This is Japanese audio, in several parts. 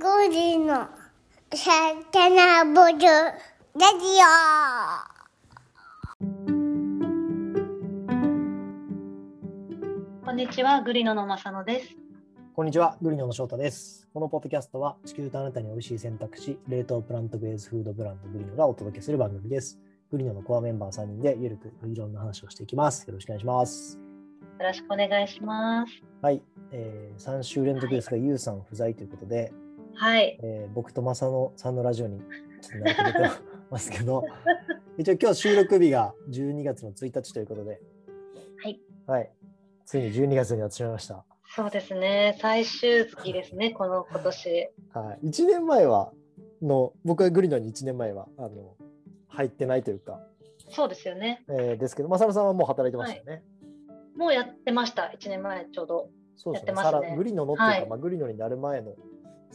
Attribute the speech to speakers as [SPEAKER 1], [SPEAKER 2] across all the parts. [SPEAKER 1] 富士のサテナブルラジ
[SPEAKER 2] こんにちは、グリノの正野です。
[SPEAKER 3] こんにちは、グリノの翔太です。このポッドキャストは、地球とあなたに美味しい選択肢、冷凍プラントベースフードブランドグリノがお届けする番組です。グリノのコアメンバー3人で、ゆるくいろんな話をしていきます。よろしくお願いします。
[SPEAKER 2] よろしくお願いします。
[SPEAKER 3] はい、えー、3週連続ですが、ゆうさん不在ということで、
[SPEAKER 2] はい、
[SPEAKER 3] えー僕と正野さんのラジオにちょっと慣れててます けど、一応今日収録日が12月の1日ということで、
[SPEAKER 2] はい、
[SPEAKER 3] はい、ついに12月になってしまいました。
[SPEAKER 2] そうですね。最終月ですね。この今年。
[SPEAKER 3] はい、1年前はの僕はグリノに1年前はあの入ってないというか、
[SPEAKER 2] そうですよね。
[SPEAKER 3] えーですけど正野さんはもう働いてましたよね。
[SPEAKER 2] もうやってました。一年前ちょうど。
[SPEAKER 3] そうで
[SPEAKER 2] や
[SPEAKER 3] すよ
[SPEAKER 2] ってますね
[SPEAKER 3] さらグリノのっていうか、
[SPEAKER 2] はい
[SPEAKER 3] まあ、グリノになる前の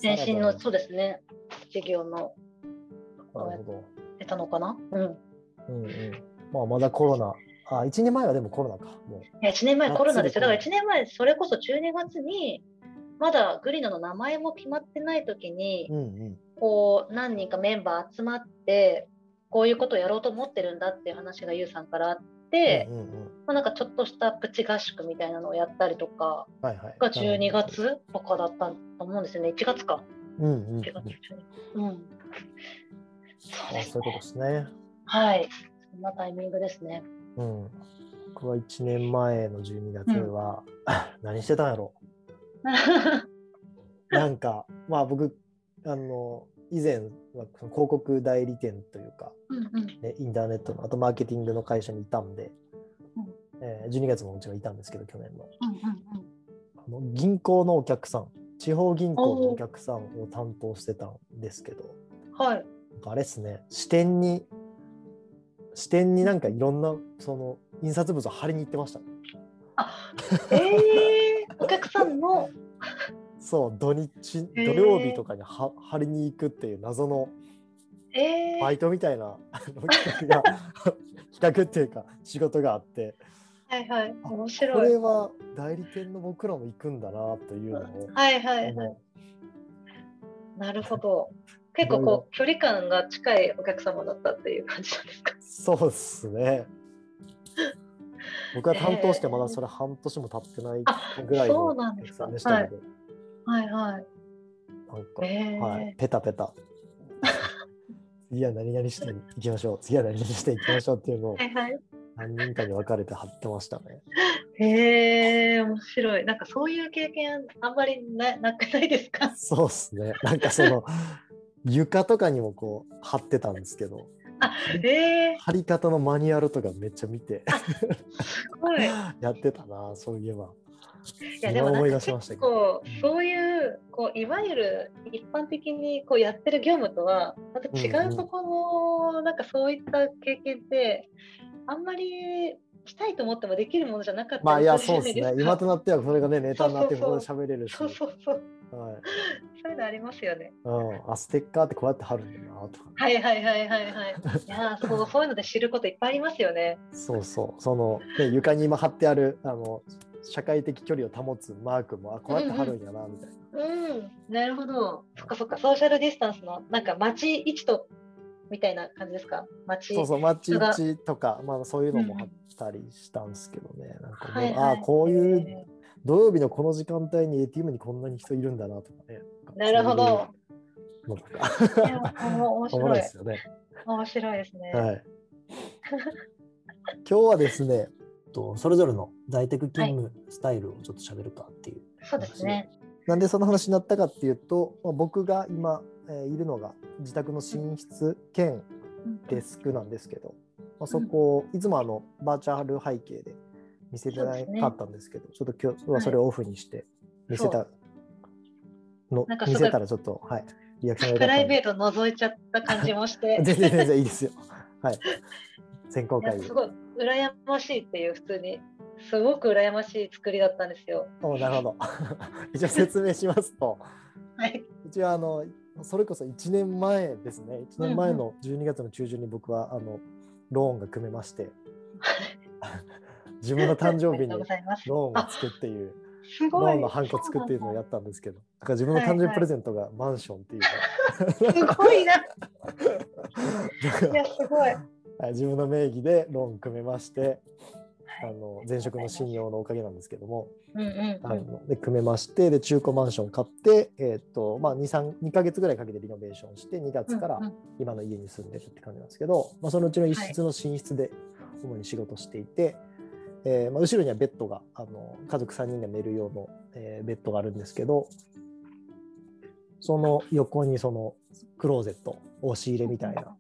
[SPEAKER 2] 前身
[SPEAKER 3] さ
[SPEAKER 2] の
[SPEAKER 3] ら
[SPEAKER 2] そうですね。事業の
[SPEAKER 3] ばなるほ
[SPEAKER 2] 出たのかな。うん。
[SPEAKER 3] ど、うんうんまあ、まだコロナあ1年前はでもコロナかも
[SPEAKER 2] いや一年前コロナですよ。だか
[SPEAKER 3] 夏で
[SPEAKER 2] ら一年前それこそ12月にまだグリノの名前も決まってない時に
[SPEAKER 3] う、、うんうん、
[SPEAKER 2] こう何人かメンバー集まってこういうことをやろうと思ってるんだっていう話がゆうさんからあって。
[SPEAKER 3] うんうんうん
[SPEAKER 2] まあ、なんかちょっとしたプチ合宿みたいなのをやったりとか
[SPEAKER 3] はいはい、
[SPEAKER 2] が12月とかだったと思うんですよね1月か
[SPEAKER 3] うんうん、うん、
[SPEAKER 2] 1月
[SPEAKER 3] あ
[SPEAKER 2] うん、そうです
[SPEAKER 3] そういうことですね、
[SPEAKER 2] はいそんなタイミングですね
[SPEAKER 3] うん、僕は1年前の12月は、 何してたんやろうなんか、まあ僕、あの、以前はその広告代理店というか、
[SPEAKER 2] うんうん
[SPEAKER 3] ね、インターネットの、あとマーケティングの会社にいたんで、
[SPEAKER 2] うん
[SPEAKER 3] えー12月ももちろんいたんですけど、去年の
[SPEAKER 2] うんうん
[SPEAKER 3] あの。銀行のお客さん、地方銀行のお客さんを担当してたんですけど、
[SPEAKER 2] うんはい
[SPEAKER 3] なんかあれですね、支店に、支店になんかいろんな、その、印刷物を貼りに行ってました。
[SPEAKER 2] あえー、お客さんの
[SPEAKER 3] そう、土日、土
[SPEAKER 2] へー
[SPEAKER 3] 曜日とかには貼りに行くっていう謎の、
[SPEAKER 2] えー、
[SPEAKER 3] バイトみたいなあの企画が 企画っていうか仕事があって
[SPEAKER 2] はいはい
[SPEAKER 3] あ
[SPEAKER 2] 面
[SPEAKER 3] こ
[SPEAKER 2] 白い
[SPEAKER 3] れは代理店の僕らも行くんだなというのを
[SPEAKER 2] はいはいはい
[SPEAKER 3] も
[SPEAKER 2] なるほど結構
[SPEAKER 3] いろい
[SPEAKER 2] こう距離感が近いお客様だったっていう感じなんですか
[SPEAKER 3] うそうっす ね僕は担当してまだそれ半年も経ってないぐらい
[SPEAKER 2] そ
[SPEAKER 3] の
[SPEAKER 2] うなん
[SPEAKER 3] お
[SPEAKER 2] です
[SPEAKER 3] 客さ
[SPEAKER 2] か
[SPEAKER 3] んでしたので
[SPEAKER 2] はいはい
[SPEAKER 3] なんか、
[SPEAKER 2] えー
[SPEAKER 3] はい、ペタペタ次は何々して行きましょう次は何々して行きましょうっていうのを
[SPEAKER 2] はいはい
[SPEAKER 3] 何人かに分かれて貼ってましたね
[SPEAKER 2] へえ、面白い。なんかそういう経験あんまりななくないですか
[SPEAKER 3] そうっすね。なんかその床とかにもこう貼ってたんですけど、
[SPEAKER 2] へえ、
[SPEAKER 3] 貼り方のマニュアルとかめっちゃ見て
[SPEAKER 2] すご い。い
[SPEAKER 3] やってたな、そういえば。
[SPEAKER 2] やでも
[SPEAKER 3] 今
[SPEAKER 2] な
[SPEAKER 3] 思い
[SPEAKER 2] ん
[SPEAKER 3] 出
[SPEAKER 2] か
[SPEAKER 3] しました
[SPEAKER 2] 結
[SPEAKER 3] けど。
[SPEAKER 2] 構そういうこういわゆる一般的にこうやってる業務とはまた違
[SPEAKER 3] うんう
[SPEAKER 2] うんところのなんかそういった経験ってあんまりしたいと思ってもできるものじゃなかったり
[SPEAKER 3] まあいや、
[SPEAKER 2] する
[SPEAKER 3] そう
[SPEAKER 2] じ
[SPEAKER 3] で
[SPEAKER 2] ゃな
[SPEAKER 3] すね
[SPEAKER 2] い。で
[SPEAKER 3] 今
[SPEAKER 2] か
[SPEAKER 3] となってはこれがね、ネタになって
[SPEAKER 2] そうそう
[SPEAKER 3] こ
[SPEAKER 2] そ
[SPEAKER 3] こで喋れるし。
[SPEAKER 2] そう
[SPEAKER 3] はい
[SPEAKER 2] そうそうそういうのありますよね。
[SPEAKER 3] うん、あステッカーってこうやって貼るんだなとか。
[SPEAKER 2] はいはいはいはいはい。いやーそうそういうので知ることいっぱいありますよね。
[SPEAKER 3] そうそう。その、ね、床に今貼ってあるあの社会的距離を保つマークも、あこうやって貼るんやなみたいな。
[SPEAKER 2] うん、なるほど。そっかそっか、ソーシャルディスタンスの、なんか街一とみたいな感じですか街
[SPEAKER 3] そうそう、マッチ
[SPEAKER 2] 人
[SPEAKER 3] 打
[SPEAKER 2] が
[SPEAKER 3] ちとか、まあそういうのも
[SPEAKER 2] うん
[SPEAKER 3] 貼ったりしたんですけどね。なんかもう、
[SPEAKER 2] はいはい
[SPEAKER 3] ああ、こういう土曜日のこの時間帯に ATM にこんなに人いるんだなとかね。
[SPEAKER 2] なるほど。
[SPEAKER 3] そういうのとか。
[SPEAKER 2] いやもう面
[SPEAKER 3] おもろ
[SPEAKER 2] 白
[SPEAKER 3] い
[SPEAKER 2] い
[SPEAKER 3] で。すよね。
[SPEAKER 2] 面白いですね。
[SPEAKER 3] はい。今日はですね、とそれぞれの在宅勤務スタイルをちょっと喋るかっていう。
[SPEAKER 2] そうですね。
[SPEAKER 3] なんでその話になったかっていうと、まあ、僕が今、えーいるのが自宅の寝室兼デスクなんですけど、まあ、そこをいつもあのバーチャル背景で見せてなかったんですけど、ちょっと今日はそれをオフにして見せたの、
[SPEAKER 2] なんかす
[SPEAKER 3] 見
[SPEAKER 2] ごい
[SPEAKER 3] せたらちょっと、はい、リアクション
[SPEAKER 2] プ
[SPEAKER 3] が
[SPEAKER 2] ラ
[SPEAKER 3] 良
[SPEAKER 2] イ
[SPEAKER 3] か
[SPEAKER 2] ベ
[SPEAKER 3] っ
[SPEAKER 2] ート覗いちゃった感じもし
[SPEAKER 3] た
[SPEAKER 2] て
[SPEAKER 3] んで。、全然全然いいですよ。はい。先行
[SPEAKER 2] いや。
[SPEAKER 3] 会です
[SPEAKER 2] ごい羨ましいっていう、普通に。すごく羨ましい作りだったんですよ。
[SPEAKER 3] おなるほど。 一応説明しますと、
[SPEAKER 2] はい。
[SPEAKER 3] 一応あのそれこそ1年前ですね1年前の12月の中旬に僕はあのローンが組め まして自分の誕生
[SPEAKER 2] ありが
[SPEAKER 3] 日に
[SPEAKER 2] とうございます。
[SPEAKER 3] ローンをつくっていう
[SPEAKER 2] すご
[SPEAKER 3] ロー
[SPEAKER 2] い。
[SPEAKER 3] ンのハンコ作っていうのをやったんですけど、だから自分の
[SPEAKER 2] はい
[SPEAKER 3] 誕生
[SPEAKER 2] は
[SPEAKER 3] 日
[SPEAKER 2] い
[SPEAKER 3] プレゼントがマンションっていう
[SPEAKER 2] すごいな。い
[SPEAKER 3] のが
[SPEAKER 2] や、すごい。
[SPEAKER 3] はい自分の名義でローン組めまして、あの前職の信用のおかげなんですけども、
[SPEAKER 2] うんうん
[SPEAKER 3] あ
[SPEAKER 2] うん。
[SPEAKER 3] ので組めましてで中古マンション買って、えっとまあ、2, 3 2ヶ月ぐらいかけてリノベーションして2月から
[SPEAKER 2] うんうん
[SPEAKER 3] 今の家に住んでるって感じなんですけど、まあ、そのうちの一室の寝室で主に仕事していて、えーまあ、後ろにはベッドがあの家族3人が寝る用の、えーベッドがあるんですけどその横にそのクローゼット押し入れみたいな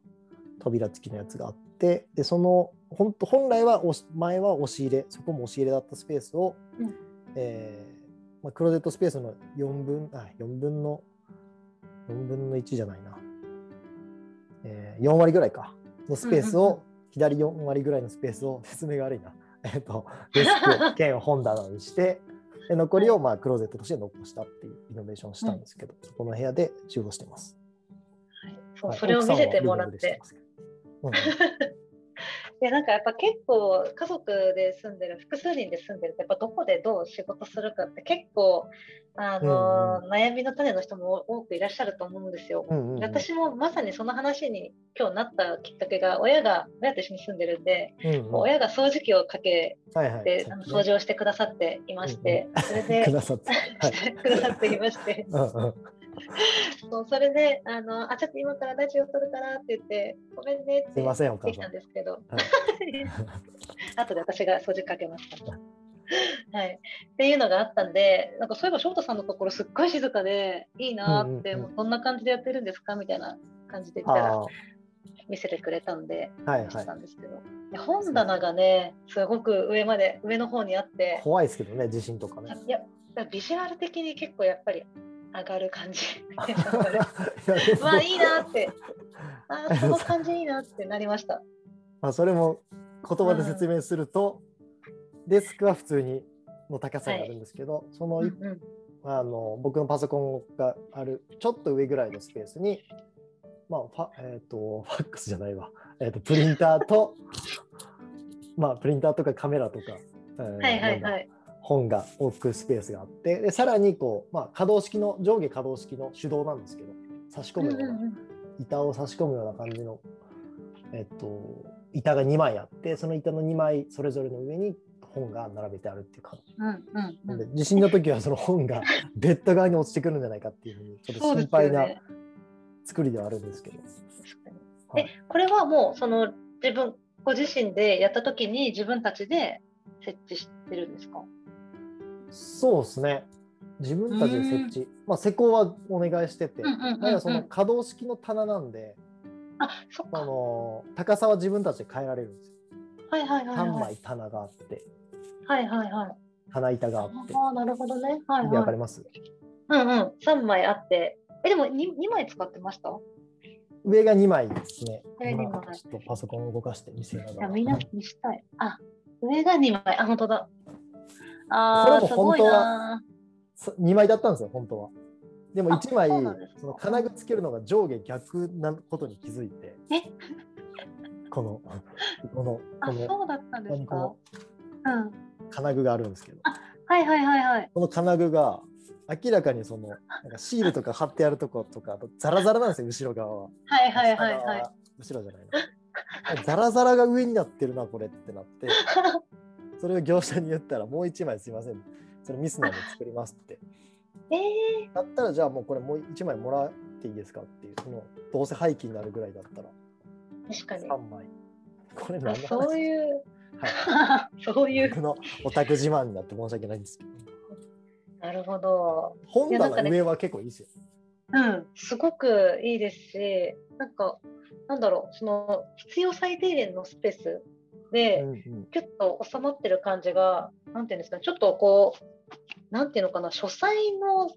[SPEAKER 3] 扉付きのやつがあってでその本当本来は押し前は押し入れそこも押し入れだったスペースを、
[SPEAKER 2] うん
[SPEAKER 3] えーまあ、クローゼットスペースの4分あ4分の4分の1じゃないな、えー、4割ぐらいかのスペース
[SPEAKER 2] うんうんうん
[SPEAKER 3] を左4割ぐらいのスペースを説明が悪いな えっとデス ク兼本棚にしてで残りをまあクローゼットとして残したっていうリノベーションしたんですけど、そこの部屋で中央してます。
[SPEAKER 2] そう、
[SPEAKER 3] はい
[SPEAKER 2] それを見せてもらっ。て
[SPEAKER 3] 奥さんはリノベで。してますけど
[SPEAKER 2] いや、なんかやっぱ結構家族で住んでる、複数人で住んでると、やっぱどこでどう仕事するかって結構、あのー悩みの種の人も多くいらっしゃると思うんですよ。
[SPEAKER 3] うんうんうんうん
[SPEAKER 2] 私もまさにその話に今日なったきっかけが親が親と一緒に住んでるんで、
[SPEAKER 3] うんうん
[SPEAKER 2] 親が掃除機をかけ
[SPEAKER 3] はいはい
[SPEAKER 2] て、あの掃除をしてくださっていまして、それで
[SPEAKER 3] くださっ て。はい
[SPEAKER 2] くださっていまして
[SPEAKER 3] うんうん
[SPEAKER 2] そうそれであのあちょっと今からラジオ撮るからって言ってごめんねっ
[SPEAKER 3] す
[SPEAKER 2] て
[SPEAKER 3] いませんお
[SPEAKER 2] で
[SPEAKER 3] 母
[SPEAKER 2] き
[SPEAKER 3] さ
[SPEAKER 2] たん
[SPEAKER 3] ん。
[SPEAKER 2] ですけど、
[SPEAKER 3] はい
[SPEAKER 2] 後で私が掃除かけました。はい、っていうのがあったんでなんかそういえば翔太さんのところすっごい静かでいいなーって、
[SPEAKER 3] うんうん
[SPEAKER 2] も
[SPEAKER 3] うん
[SPEAKER 2] うどんな感じでやってるんですかみたいな感じで
[SPEAKER 3] あ
[SPEAKER 2] 言った
[SPEAKER 3] あ
[SPEAKER 2] ら
[SPEAKER 3] は
[SPEAKER 2] 見せてくれたんで
[SPEAKER 3] いは
[SPEAKER 2] し
[SPEAKER 3] い
[SPEAKER 2] た。んですけど、で本棚がねすごく上まで上の方にあって
[SPEAKER 3] 怖いですけどね地震とかね。
[SPEAKER 2] いやビジュアル的に結構やっぱり上がる感じ
[SPEAKER 3] いやでも
[SPEAKER 2] まあいいなってあ ーその感じいいなってなりました
[SPEAKER 3] まあ、それも言葉で説明すると、デスクは普通にの高さがあるんですけど、その
[SPEAKER 2] うん
[SPEAKER 3] 一
[SPEAKER 2] うん
[SPEAKER 3] あの僕のパソコンがあるちょっと上ぐらいのスペースに、まあファえー、とファックスじゃないわ、えー、とプリンターと まあプリンターとかカメラとか、えー
[SPEAKER 2] はいはい
[SPEAKER 3] なん
[SPEAKER 2] は
[SPEAKER 3] だ
[SPEAKER 2] い
[SPEAKER 3] 本が置くスペースがあってでさらにこう、まあ、可動式の上下可動式の手動なんですけど差し込むような
[SPEAKER 2] うんうんうん
[SPEAKER 3] 板を差し込むような感じの、えっと、板が2枚あってその板の2枚それぞれの上に本が並べてあるっていう感じ
[SPEAKER 2] うんうんう
[SPEAKER 3] なん
[SPEAKER 2] ん
[SPEAKER 3] で地震の時はその本が ベッド側に落ちてくるんじゃないかっていうふうにちょっと
[SPEAKER 2] そうで
[SPEAKER 3] 心
[SPEAKER 2] すよ
[SPEAKER 3] 配な
[SPEAKER 2] ね。
[SPEAKER 3] 作りではあるんですけど
[SPEAKER 2] 確かに
[SPEAKER 3] はい
[SPEAKER 2] えこれはもうその自分ご自身でやった時に自分たちで設置してるんですか。
[SPEAKER 3] そうですね自分たちで設置、まあ、施工はお願いしてて、
[SPEAKER 2] うんうんうんうん
[SPEAKER 3] ただその可動式の棚なんで、
[SPEAKER 2] あそっ
[SPEAKER 3] あ
[SPEAKER 2] か。
[SPEAKER 3] の高さは自分たちで変えられるんですよ
[SPEAKER 2] はいはいはい
[SPEAKER 3] 3
[SPEAKER 2] はい
[SPEAKER 3] 枚。棚があって
[SPEAKER 2] はいはいはい。
[SPEAKER 3] 棚板があって
[SPEAKER 2] ああなるほどね。はい
[SPEAKER 3] 意味わか
[SPEAKER 2] はい。
[SPEAKER 3] ります
[SPEAKER 2] うんうん三枚あって。えでも二二枚使ってました。い
[SPEAKER 3] 上が2枚ですね。
[SPEAKER 2] 上が2枚
[SPEAKER 3] まあちょっとパソコンを動かして見せなが
[SPEAKER 2] や
[SPEAKER 3] ら。
[SPEAKER 2] みんな見したい。あ上が二枚。あ本当だ。
[SPEAKER 3] これ
[SPEAKER 2] あ
[SPEAKER 3] も
[SPEAKER 2] あすご
[SPEAKER 3] 本
[SPEAKER 2] い
[SPEAKER 3] 当は
[SPEAKER 2] な
[SPEAKER 3] 2枚だったんですよ、本当は。でも
[SPEAKER 2] あ
[SPEAKER 3] 1枚、
[SPEAKER 2] そう
[SPEAKER 3] そ
[SPEAKER 2] なんですか
[SPEAKER 3] の金具つけるのが上下逆なことに気づいて、
[SPEAKER 2] え
[SPEAKER 3] この、この、
[SPEAKER 2] ー。
[SPEAKER 3] こ
[SPEAKER 2] あ
[SPEAKER 3] の、
[SPEAKER 2] そうだったんです
[SPEAKER 3] こ
[SPEAKER 2] か
[SPEAKER 3] の。
[SPEAKER 2] うん。
[SPEAKER 3] 金具があるんですけど、
[SPEAKER 2] はいはいはいはい。
[SPEAKER 3] この金具が明らかにその、なんかシールとか貼ってあるとことか、あとザラザラなんですよ、後ろ側は。
[SPEAKER 2] はいはいはいは
[SPEAKER 3] 下側
[SPEAKER 2] い。
[SPEAKER 3] 後ろじゃないな。ザラザラが上になってるな、これってなって、それを業者に言ったら、もう1枚すいません、それミスなんで作りますって。
[SPEAKER 2] ええ
[SPEAKER 3] だったらじゃあもうこれもう1枚もらっていいですかっていうそのどうせ廃棄になるぐらいだったら
[SPEAKER 2] ー。確かに
[SPEAKER 3] 3。枚これ
[SPEAKER 2] あ
[SPEAKER 3] 何の
[SPEAKER 2] そう
[SPEAKER 3] 話
[SPEAKER 2] いう、
[SPEAKER 3] はい
[SPEAKER 2] そういう。
[SPEAKER 3] 僕のオタク自慢になって申し訳ないんですけど
[SPEAKER 2] なるほど。
[SPEAKER 3] 本
[SPEAKER 2] なんか
[SPEAKER 3] 棚
[SPEAKER 2] ね
[SPEAKER 3] 上は結構いいですよ、
[SPEAKER 2] うん、すごくいいですし、なんか、なんだろう、その必要最低限のスペースで、
[SPEAKER 3] うんうん
[SPEAKER 2] キュッと収まってる感じが、なんていうんですかね、ちょっとこう、なんていうのかな、書斎の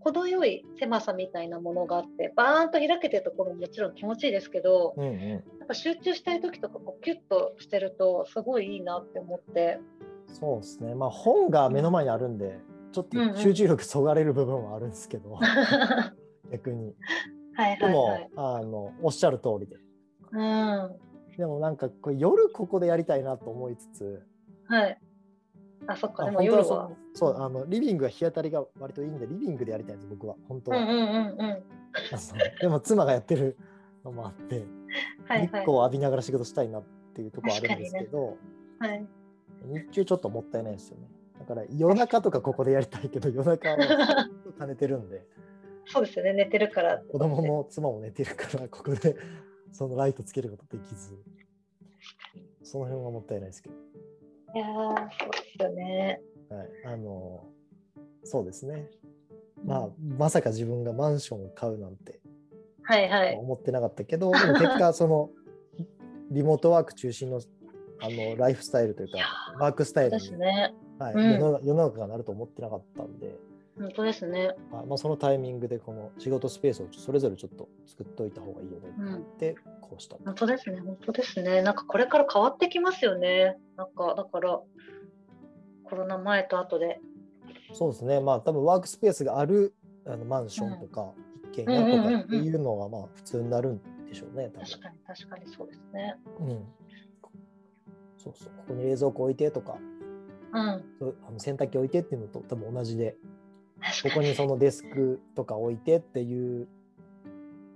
[SPEAKER 2] 程よい狭さみたいなものがあって、バーンと開けてるところももちろん気持ちいいですけど、
[SPEAKER 3] うんう
[SPEAKER 2] やっぱ集中したい時とか、こうキュッとしてると、すごいいいなって思って。
[SPEAKER 3] ん、そうですねまあ本が目の前にあるんでちょっ
[SPEAKER 2] うんうん
[SPEAKER 3] と集中力そがれる部分はあるんです けど、
[SPEAKER 2] は
[SPEAKER 3] 逆に
[SPEAKER 2] い
[SPEAKER 3] で
[SPEAKER 2] はい
[SPEAKER 3] も、
[SPEAKER 2] はい。
[SPEAKER 3] あのおっしゃる通りで
[SPEAKER 2] うん。
[SPEAKER 3] でもなんかこれ夜ここでやりたいなと思いつつ
[SPEAKER 2] はい。あ、そっか、
[SPEAKER 3] あ
[SPEAKER 2] でも
[SPEAKER 3] 本当は
[SPEAKER 2] 夜
[SPEAKER 3] そ
[SPEAKER 2] は。
[SPEAKER 3] そうあのリビングは日当たりが割といいんでリビングでやりたいんです僕は本当
[SPEAKER 2] うんう
[SPEAKER 3] は、
[SPEAKER 2] んうんうん。
[SPEAKER 3] そうでも妻がやってるのもあって、
[SPEAKER 2] はい
[SPEAKER 3] 日
[SPEAKER 2] はい
[SPEAKER 3] 光。を浴びながら仕事したいなっていうところあるんですけど、
[SPEAKER 2] はい、
[SPEAKER 3] 日中ちょっともったいないですよねだから夜中とかここでやりたいけど夜中は 兼ねてるんで
[SPEAKER 2] そうですよね、寝てるから。
[SPEAKER 3] 子供も妻も寝てるからここでそのライトつけることできずその辺はもったいないですけ
[SPEAKER 2] いやー、そうですよね。
[SPEAKER 3] ど、はい、あのそうですねまあまさか自分がマンションを買うなんて
[SPEAKER 2] はいはい。
[SPEAKER 3] 思ってなかったけ ど、でも結果そのリモートワーク中心のあのライフスタイルというか
[SPEAKER 2] いや
[SPEAKER 3] ワークスタイル
[SPEAKER 2] で
[SPEAKER 3] に
[SPEAKER 2] す、ね。
[SPEAKER 3] はい
[SPEAKER 2] うん
[SPEAKER 3] 世の世の中がなると思ってなかったんで、
[SPEAKER 2] 本当ですね。
[SPEAKER 3] まあまあ、そのタイミングでこの仕事スペースをそれぞれちょっと作っておいた方がいいよね
[SPEAKER 2] うん。
[SPEAKER 3] ってこうした
[SPEAKER 2] 本当ですね。本当ですね。なんかこれから変わってきますよね。なんか、だから、コロナ前と後で。
[SPEAKER 3] そうですねまあ多分ワークスペースがあるあのマンションとか一軒家とかっていうのがまあ普通になるんでしょうね多
[SPEAKER 2] 確かに、確かにそうですね。
[SPEAKER 3] 分、うん、そうそうここに冷蔵庫置いてとか
[SPEAKER 2] うん。
[SPEAKER 3] そうあの洗濯機置いてっていうのと多分同じでこ
[SPEAKER 2] 確か
[SPEAKER 3] こ
[SPEAKER 2] に。
[SPEAKER 3] にそのデスクとか置いてっていう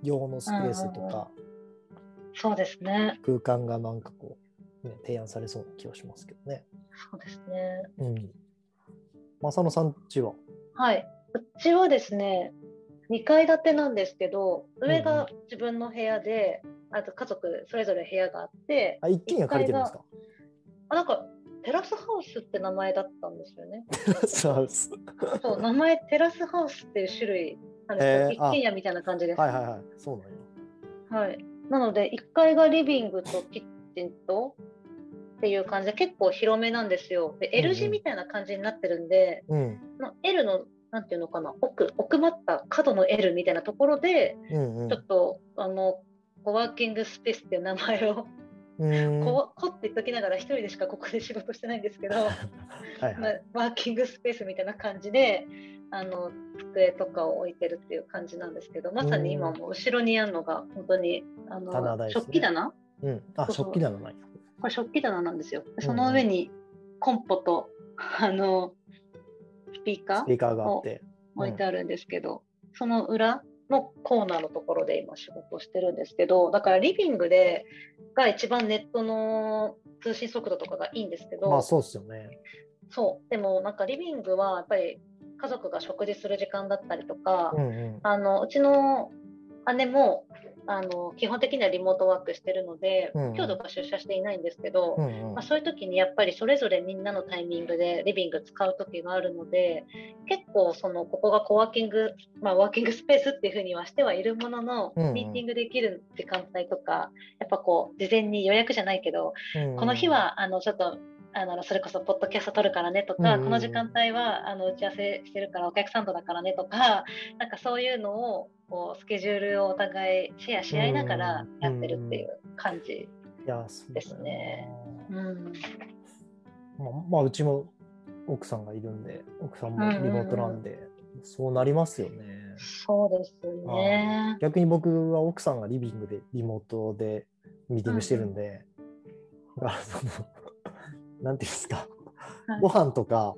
[SPEAKER 3] 用のスペースとか
[SPEAKER 2] そうですね。
[SPEAKER 3] 空間がなんかこう、ね、提案されそうな気がしますけどね。
[SPEAKER 2] そうですね。
[SPEAKER 3] うん。正野さんちは。
[SPEAKER 2] はい。うちはですね、2階建てなんですけど、上
[SPEAKER 3] うんう
[SPEAKER 2] が
[SPEAKER 3] ん
[SPEAKER 2] 自分の部屋で、あと家族それぞれ部屋があって、
[SPEAKER 3] あ、一軒家借りてるんですか
[SPEAKER 2] あなんかテラスハウスって名前だったんですよ ね。
[SPEAKER 3] テラスハウス。
[SPEAKER 2] そう、名前テラスハウスっていう種類なんです
[SPEAKER 3] へ
[SPEAKER 2] け
[SPEAKER 3] ー
[SPEAKER 2] ど、
[SPEAKER 3] あ
[SPEAKER 2] 一軒家みたいな感じです。
[SPEAKER 3] はいはいはい。そうなんや。
[SPEAKER 2] はいなので、1階がリビングとキッチンとっていう感じで、結構広めなんですよ。で、
[SPEAKER 3] うんうん
[SPEAKER 2] L 字みたいな感じになってるんで、
[SPEAKER 3] うん。
[SPEAKER 2] まあ L の、なんていうのかな、奥、奥まった角の L みたいなところで、
[SPEAKER 3] うんうん
[SPEAKER 2] ちょっと、あの、コワーキングスペースっていう名前を、
[SPEAKER 3] うーん。
[SPEAKER 2] こわこって言っときながら、一人でしかここで仕事してないんですけど。
[SPEAKER 3] はい
[SPEAKER 2] ま
[SPEAKER 3] は
[SPEAKER 2] あ
[SPEAKER 3] い。、
[SPEAKER 2] ワーキングスペースみたいな感じであの机とかを置いてるっていう感じなんですけどまさに今も後ろにあるのが本当にあの
[SPEAKER 3] 棚ですね
[SPEAKER 2] 食器棚
[SPEAKER 3] うん。あ、
[SPEAKER 2] そうそう
[SPEAKER 3] 食器棚ない。
[SPEAKER 2] これ食器棚なんですよでその上にコンポとあのスピーカ
[SPEAKER 3] スピ
[SPEAKER 2] ー
[SPEAKER 3] ーカーがあって。
[SPEAKER 2] 置いてあるんですけど、その裏のコーナーのところで今仕事をしてるんですけどだからリビングでが一番ネットの通信速度とかがいいんですけど、
[SPEAKER 3] まあそうっすよね。
[SPEAKER 2] そうでもなんかリビングはやっぱり家族が食事する時間だったりとか、
[SPEAKER 3] うんうん。
[SPEAKER 2] あのうちの姉もあの基本的にはリモートワークしてるので、
[SPEAKER 3] うんうん
[SPEAKER 2] 今日とか出社していないんですけど、
[SPEAKER 3] うんうん
[SPEAKER 2] まあ、。そういう時にやっぱりそれぞれみんなのタイミングでリビング使う時があるので結構そのここがコワーキング、まあ、ワーキングスペースっていうふうにはしてはいるものの、
[SPEAKER 3] うんうん
[SPEAKER 2] ミーティングできる時間帯とかやっぱこう事前に予約じゃないけど
[SPEAKER 3] うんうん
[SPEAKER 2] この日。はあのちょっとあのそれこそポッドキャスト撮るからねとか、
[SPEAKER 3] うんうん
[SPEAKER 2] この時間帯はあの打ち合わせしてるからお客さんとだからねとかなんかそういうのをこうスケジュールをお互いシェアし合いながらやってるっていう感じ。
[SPEAKER 3] いや、そう
[SPEAKER 2] で
[SPEAKER 3] だよな
[SPEAKER 2] すねうん
[SPEAKER 3] まあ、まあ、うちも奥さんがいるんで、奥さんもリモートなんで、そうなりますよね。
[SPEAKER 2] そうですね。
[SPEAKER 3] 逆に僕は奥さんがリビングでリモートでミーティングしてるんで、だからその、 なんていうんですか、
[SPEAKER 2] はい
[SPEAKER 3] ご飯とか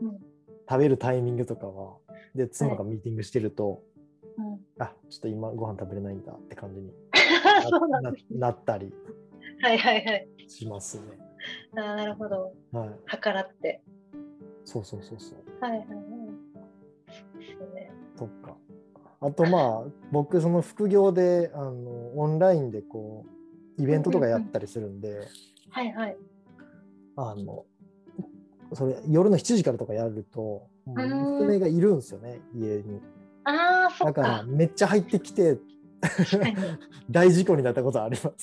[SPEAKER 2] うん
[SPEAKER 3] 食べるタイミングとかは、で、妻がミーティングしてると、
[SPEAKER 2] うん、
[SPEAKER 3] あちょっと今ご飯食べれないんだって感じに
[SPEAKER 2] そうなん
[SPEAKER 3] な
[SPEAKER 2] です。
[SPEAKER 3] なったり
[SPEAKER 2] はいはいはい。
[SPEAKER 3] しますね。
[SPEAKER 2] あーなるほど。
[SPEAKER 3] はい、
[SPEAKER 2] 計らって。
[SPEAKER 3] そうそうそうそう。
[SPEAKER 2] はいはいはい。そうですね。
[SPEAKER 3] とか。あとまあ、僕、その副業で、あの、オンラインでこう、イベントとかやったりするんで、
[SPEAKER 2] はいはい。
[SPEAKER 3] あの、それ、夜の7時からとかやると、もう
[SPEAKER 2] うん
[SPEAKER 3] 娘がいるんですよね、家に。
[SPEAKER 2] ああ、そ
[SPEAKER 3] だ
[SPEAKER 2] っ
[SPEAKER 3] か、。
[SPEAKER 2] から
[SPEAKER 3] めっちゃ入ってきて、
[SPEAKER 2] 確かに。
[SPEAKER 3] 大事故になったことあ ります、ね。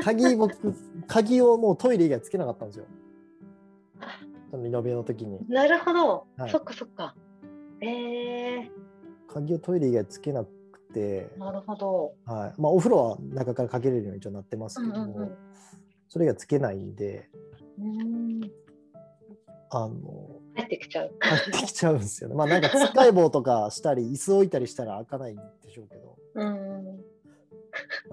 [SPEAKER 3] 鍵、僕、鍵をもうトイレ以外つけなかったんですよ。そのリノベの時に。
[SPEAKER 2] なるほど、
[SPEAKER 3] はい
[SPEAKER 2] そっかそっか。ええ
[SPEAKER 3] 鍵をトイレ以外つけなくて、
[SPEAKER 2] なるほど。
[SPEAKER 3] はい。まあ、お風呂は中からかけれるように一応なってます
[SPEAKER 2] う
[SPEAKER 3] け
[SPEAKER 2] ん
[SPEAKER 3] ど
[SPEAKER 2] うん
[SPEAKER 3] も、それ以外つけないんで、
[SPEAKER 2] うん。うん
[SPEAKER 3] あの、
[SPEAKER 2] 入ってきちゃう。
[SPEAKER 3] 入ってきちゃうんですよね。まあなんかつっかえ棒とかしたり、椅子置いたりしたら開かないんでしょうけど、
[SPEAKER 2] うん。
[SPEAKER 3] なん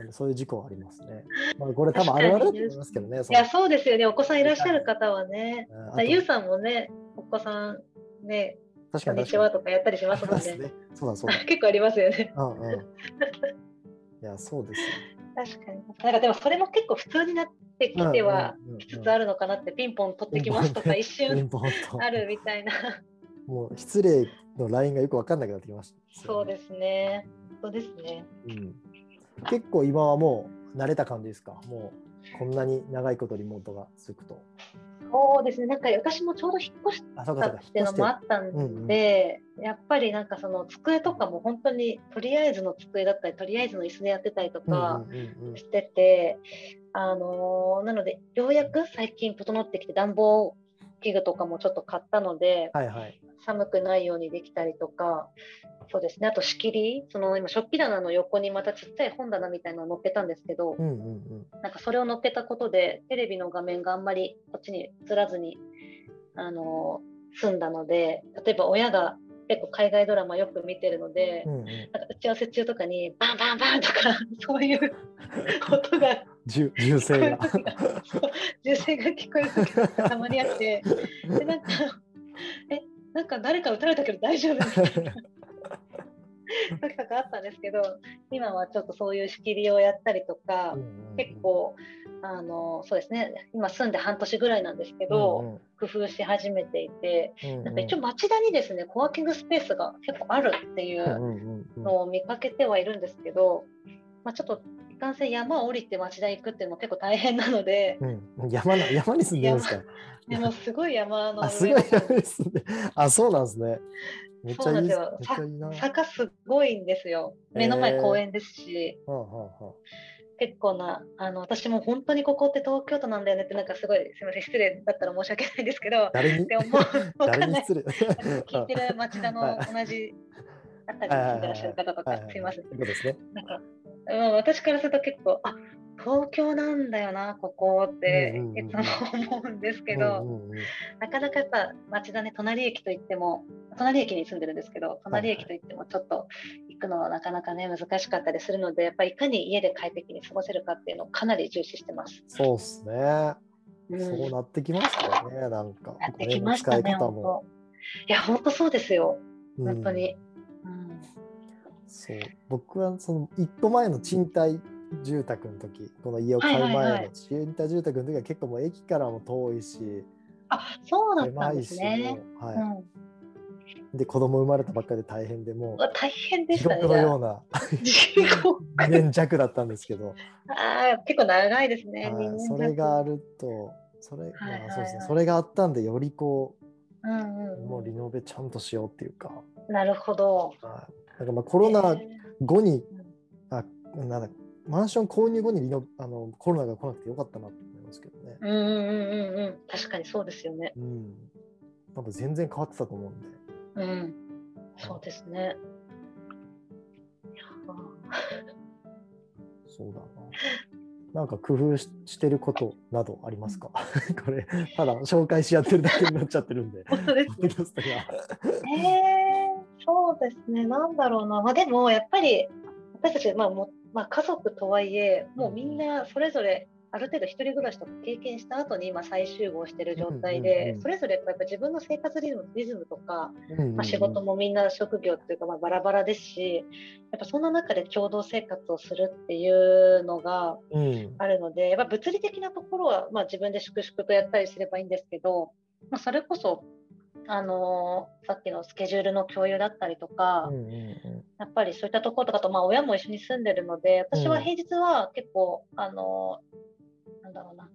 [SPEAKER 3] でそういう事故はありますね。まあ、これ多分あるあるだと思いますけどね。そ
[SPEAKER 2] い
[SPEAKER 3] の
[SPEAKER 2] や、そうですよね。お子さんいらっしゃる方はね。
[SPEAKER 3] うんあ
[SPEAKER 2] あ
[SPEAKER 3] と
[SPEAKER 2] ゆうさんもね、お子さんね、こ
[SPEAKER 3] 確か
[SPEAKER 2] ん
[SPEAKER 3] に
[SPEAKER 2] に
[SPEAKER 3] 確
[SPEAKER 2] ち
[SPEAKER 3] か
[SPEAKER 2] は
[SPEAKER 3] に
[SPEAKER 2] とかやったりしますもんね。
[SPEAKER 3] そうですねそうだそう だ。
[SPEAKER 2] 結構ありますよね。
[SPEAKER 3] うんうん。いや、そう ですよ。
[SPEAKER 2] 確かに。なんかでもそれも結構普通になってきては
[SPEAKER 3] うんうんうんうん
[SPEAKER 2] きつつあるのかなって、ピンポン取ってきますとか、一
[SPEAKER 3] ピ
[SPEAKER 2] 瞬
[SPEAKER 3] ンポンと。
[SPEAKER 2] あるみたいな。
[SPEAKER 3] もう失礼のラインがよく分かんなくなってきました。
[SPEAKER 2] そうですね。そうですね。
[SPEAKER 3] うん、結構今はもう慣れた感じですかもうこんなに長いことリモートが続くと。
[SPEAKER 2] そうですね。なんか私もちょうど引っ越し
[SPEAKER 3] あ、そう
[SPEAKER 2] た
[SPEAKER 3] かそう
[SPEAKER 2] っ
[SPEAKER 3] か。
[SPEAKER 2] ていうの
[SPEAKER 3] 引っ越して
[SPEAKER 2] もあったんで、やっぱりなんかその机とかも本当にとりあえずの机だったり、とりあえずの椅子でやってたりと
[SPEAKER 3] うんう
[SPEAKER 2] か
[SPEAKER 3] んうんうん
[SPEAKER 2] してて、あのーなので、ようやく最近整ってきて、暖房器具とかもちょっと買ったので、
[SPEAKER 3] はいはい。
[SPEAKER 2] 寒くないようにできたりとか、そうですね、あと仕切り、その今、食器棚の横にまたちっちゃい本棚みたいなのを乗っけたんですけど、
[SPEAKER 3] うんうん
[SPEAKER 2] なんかそれを乗っけたことで、テレビの画面があんまりこっちにずらずに、あの済んだので、例えば親が結構海外ドラマよく見てるので、
[SPEAKER 3] うん。うんうん、
[SPEAKER 2] なんか打ち合わせ中とかに、バンバンバンとか、そういう 音が、
[SPEAKER 3] 銃 銃声 が。
[SPEAKER 2] 銃声が聞こえる時がたまにあって、で、なんか、え、なんか誰か撃たれたけど大丈夫みたいな時とかあったんですけど、今はちょっとそういう仕切りをやったりとか、
[SPEAKER 3] うんうんうん
[SPEAKER 2] 結構あのそうですね今住んで半年ぐらいなんですけど、
[SPEAKER 3] うんうん
[SPEAKER 2] 工夫し始めていて
[SPEAKER 3] うんうん
[SPEAKER 2] なんか一応町田にですねコワーキングスペースが結構あるってい
[SPEAKER 3] うん
[SPEAKER 2] う
[SPEAKER 3] うんうんうん
[SPEAKER 2] のを見かけてはいるんですけど、まあ、ちょっといかんせん山を降りて町田行くっていうのも結構大変なので
[SPEAKER 3] うん、山な 山に住んでるんですか
[SPEAKER 2] でもすごい山の
[SPEAKER 3] あす
[SPEAKER 2] 上
[SPEAKER 3] ごい山に住んであそうなんですねめっちゃいい
[SPEAKER 2] そうなん
[SPEAKER 3] め
[SPEAKER 2] で
[SPEAKER 3] っ
[SPEAKER 2] すよ
[SPEAKER 3] ちゃいいな、
[SPEAKER 2] 坂すごいんですよ目の
[SPEAKER 3] へ
[SPEAKER 2] 前
[SPEAKER 3] ー
[SPEAKER 2] 公園ですし、
[SPEAKER 3] はあはあは
[SPEAKER 2] 結構なあの私も本当にここって東京都なんだよねってなんかすごいすみません失礼だったら申し訳ないんですけど
[SPEAKER 3] あ、誰に
[SPEAKER 2] って思うわか
[SPEAKER 3] 誰
[SPEAKER 2] ん
[SPEAKER 3] に
[SPEAKER 2] ない
[SPEAKER 3] 失礼
[SPEAKER 2] 聞いてる町田の同じあたりに住んでらっしゃる方と
[SPEAKER 3] は
[SPEAKER 2] か
[SPEAKER 3] いはい、
[SPEAKER 2] すいません
[SPEAKER 3] と。いうことですね。
[SPEAKER 2] なんか、うん私からすると結構、あ東京なんだよな、ここって
[SPEAKER 3] うんうんう、ん
[SPEAKER 2] いつも思うんですけ
[SPEAKER 3] う
[SPEAKER 2] ど、
[SPEAKER 3] んうんうん
[SPEAKER 2] なかなかやっぱ町田ね、隣駅といっても、隣駅に住んでるんですけど、隣駅といってもちょっと行くのはなかなかね、難しかったりするので、やっぱりいかに家で快適に過ごせるかっていうのをかなり重視してます。
[SPEAKER 3] そうですね。
[SPEAKER 2] うん
[SPEAKER 3] そうなってきましたよね、なんか。
[SPEAKER 2] やって
[SPEAKER 3] お金
[SPEAKER 2] き
[SPEAKER 3] の
[SPEAKER 2] ました
[SPEAKER 3] 使い
[SPEAKER 2] ね、
[SPEAKER 3] 方
[SPEAKER 2] 本
[SPEAKER 3] も。
[SPEAKER 2] 当。いや、本当そうですよ、
[SPEAKER 3] うん
[SPEAKER 2] 本当に。うん
[SPEAKER 3] そう。僕はその一個前の賃貸住宅の時、この家を買う
[SPEAKER 2] はいはい
[SPEAKER 3] 前
[SPEAKER 2] は
[SPEAKER 3] の
[SPEAKER 2] い
[SPEAKER 3] 賃貸住宅の時は結構もう駅からも遠いし、
[SPEAKER 2] あ、そうだった
[SPEAKER 3] 狭
[SPEAKER 2] んで
[SPEAKER 3] い
[SPEAKER 2] す
[SPEAKER 3] し、
[SPEAKER 2] ね。
[SPEAKER 3] もうは
[SPEAKER 2] う
[SPEAKER 3] い
[SPEAKER 2] ん、
[SPEAKER 3] で子供生まれたばっかりで大変でも
[SPEAKER 2] うわ大変
[SPEAKER 3] う
[SPEAKER 2] でし
[SPEAKER 3] 地
[SPEAKER 2] たね。
[SPEAKER 3] 獄のような
[SPEAKER 2] 地獄
[SPEAKER 3] 2年弱だったんですけど、
[SPEAKER 2] あー結構長いですね。
[SPEAKER 3] はい
[SPEAKER 2] 人間
[SPEAKER 3] それがあると。それ
[SPEAKER 2] はいはいはい
[SPEAKER 3] まあそうですねそれがあったんでよりこ
[SPEAKER 2] うん
[SPEAKER 3] うも
[SPEAKER 2] うん
[SPEAKER 3] うリノベちゃんとしようっていうか、
[SPEAKER 2] うん、なるほど。
[SPEAKER 3] はい、なんかまあコロナ
[SPEAKER 2] え
[SPEAKER 3] 後に
[SPEAKER 2] ん、
[SPEAKER 3] あなんだマンション購入後にリノあのコロナが来なくてよかったなって思いますけどね
[SPEAKER 2] ー。うんうんうんうんうん確かにそうですよね。
[SPEAKER 3] うん。多分全然変わってたと思うんで。
[SPEAKER 2] うんそうですね。いや
[SPEAKER 3] そうだな。なんか工夫ししてることなどあ りますかこれ、ただ紹介し合ってるだけになっちゃってるんで。
[SPEAKER 2] ー本当で
[SPEAKER 3] ポ
[SPEAKER 2] す
[SPEAKER 3] ッド
[SPEAKER 2] ね
[SPEAKER 3] キャストが
[SPEAKER 2] えー、そうですね、なんだろうな、まあ、でもやっぱり私たち、まあもまあ、家族とはいえ、もうみんなそれぞれある程度一人暮らしとか経験した後に今、再集合してる状態
[SPEAKER 3] うんうん
[SPEAKER 2] で
[SPEAKER 3] う、ん
[SPEAKER 2] それぞれやっぱ自分の生活リズムリズムとか、
[SPEAKER 3] うんうんうん
[SPEAKER 2] まあ、仕事もみんな職業っていうか、まあ、バラバラですし、やっぱそんな中で共同生活をするっていうのが
[SPEAKER 3] うん
[SPEAKER 2] あるので、やっぱ物理的なところは、まあ、自分で粛々とやったりすればいいんですけど、まあ、それこそ、あのーさっきのスケジュールの共有だったりとか、
[SPEAKER 3] うんうん
[SPEAKER 2] やっぱりそういったところとかと、まあ、親も一緒に住んでるので私は平日は結構、あのーなんだろうな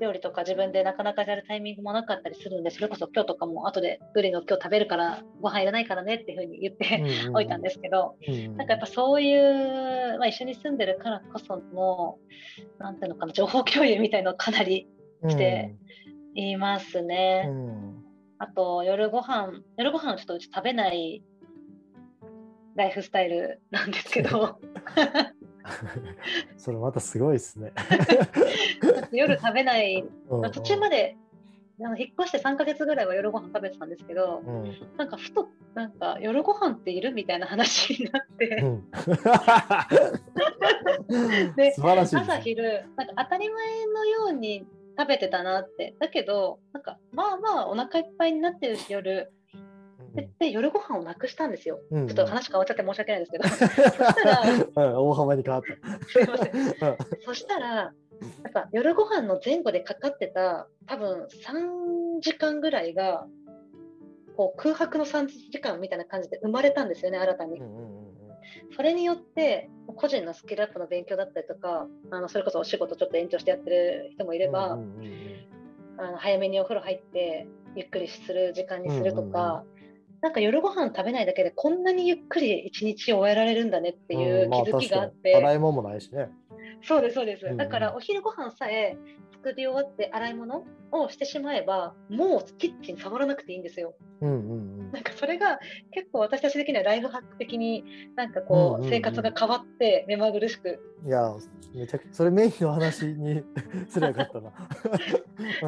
[SPEAKER 2] 料理とか自分でなかなかやるタイミングもなかったりするんでそれこそ今日とかも後でグリの今日食べるからご飯いらないからねっていうふうに言っ
[SPEAKER 3] う
[SPEAKER 2] て、
[SPEAKER 3] んうん
[SPEAKER 2] おいたんですけど、
[SPEAKER 3] うんうん
[SPEAKER 2] なんかやっぱそういう、まあ、一緒に住んでるからこそのなんていうのかな情報共有みたいのをかなり来て言いますね。
[SPEAKER 3] うん うん
[SPEAKER 2] あと夜ご飯夜ご飯ちょっとうち食べないライフスタイルなんですけ ど
[SPEAKER 3] それまたすごいですね。
[SPEAKER 2] 夜食べない、
[SPEAKER 3] うん
[SPEAKER 2] まあ途中まであの引っ越して3ヶ月ぐらいは夜ご飯食べてたんですけど、
[SPEAKER 3] うん
[SPEAKER 2] なんかふとなんか夜ご飯っているみたいな話になって
[SPEAKER 3] う、ん
[SPEAKER 2] で
[SPEAKER 3] 素晴らしいです
[SPEAKER 2] 朝昼なんか当たり前のように食べてたなってだけどなんかまあまあお腹いっぱいになってるし夜でで夜ご飯をなくしたんですよ。
[SPEAKER 3] うん
[SPEAKER 2] ちょっと話変わっちゃって申し訳ないです けど
[SPEAKER 3] うん大幅に変わっ
[SPEAKER 2] すいません
[SPEAKER 3] た。
[SPEAKER 2] そしたらやっぱ夜ご飯の前後でかかってた多分3時間ぐらいがこう空白の3時間みたいな感じで生まれたんですよね新たに
[SPEAKER 3] う。んうんうんうん
[SPEAKER 2] それによって個人のスキルアップの勉強だったりとかあのそれこそお仕事ちょっと延長してやってる人もいれば、
[SPEAKER 3] うんうんうんうん
[SPEAKER 2] あの早めにお風呂入ってゆっくりする時間にするとか、なんか夜ご飯食べないだけでこんなにゆっくり一日終えられるんだねってい
[SPEAKER 3] ん
[SPEAKER 2] う
[SPEAKER 3] まあ
[SPEAKER 2] 気づきがあっ
[SPEAKER 3] 確か
[SPEAKER 2] て、
[SPEAKER 3] に洗い物もないしね。
[SPEAKER 2] そうですそうです、
[SPEAKER 3] うんうん
[SPEAKER 2] だからお昼ご飯さえ作り終わって洗い物をしてしまえばもうキッチン触らなくていいんですよ
[SPEAKER 3] うんうんうん
[SPEAKER 2] なんかそれが結構私たち的にはライフハック的になんかこ
[SPEAKER 3] うんうん
[SPEAKER 2] う
[SPEAKER 3] うん
[SPEAKER 2] 生活が変わって目まぐるしく。
[SPEAKER 3] いや、めちゃくちゃ、それメインの話にすりゃよかったな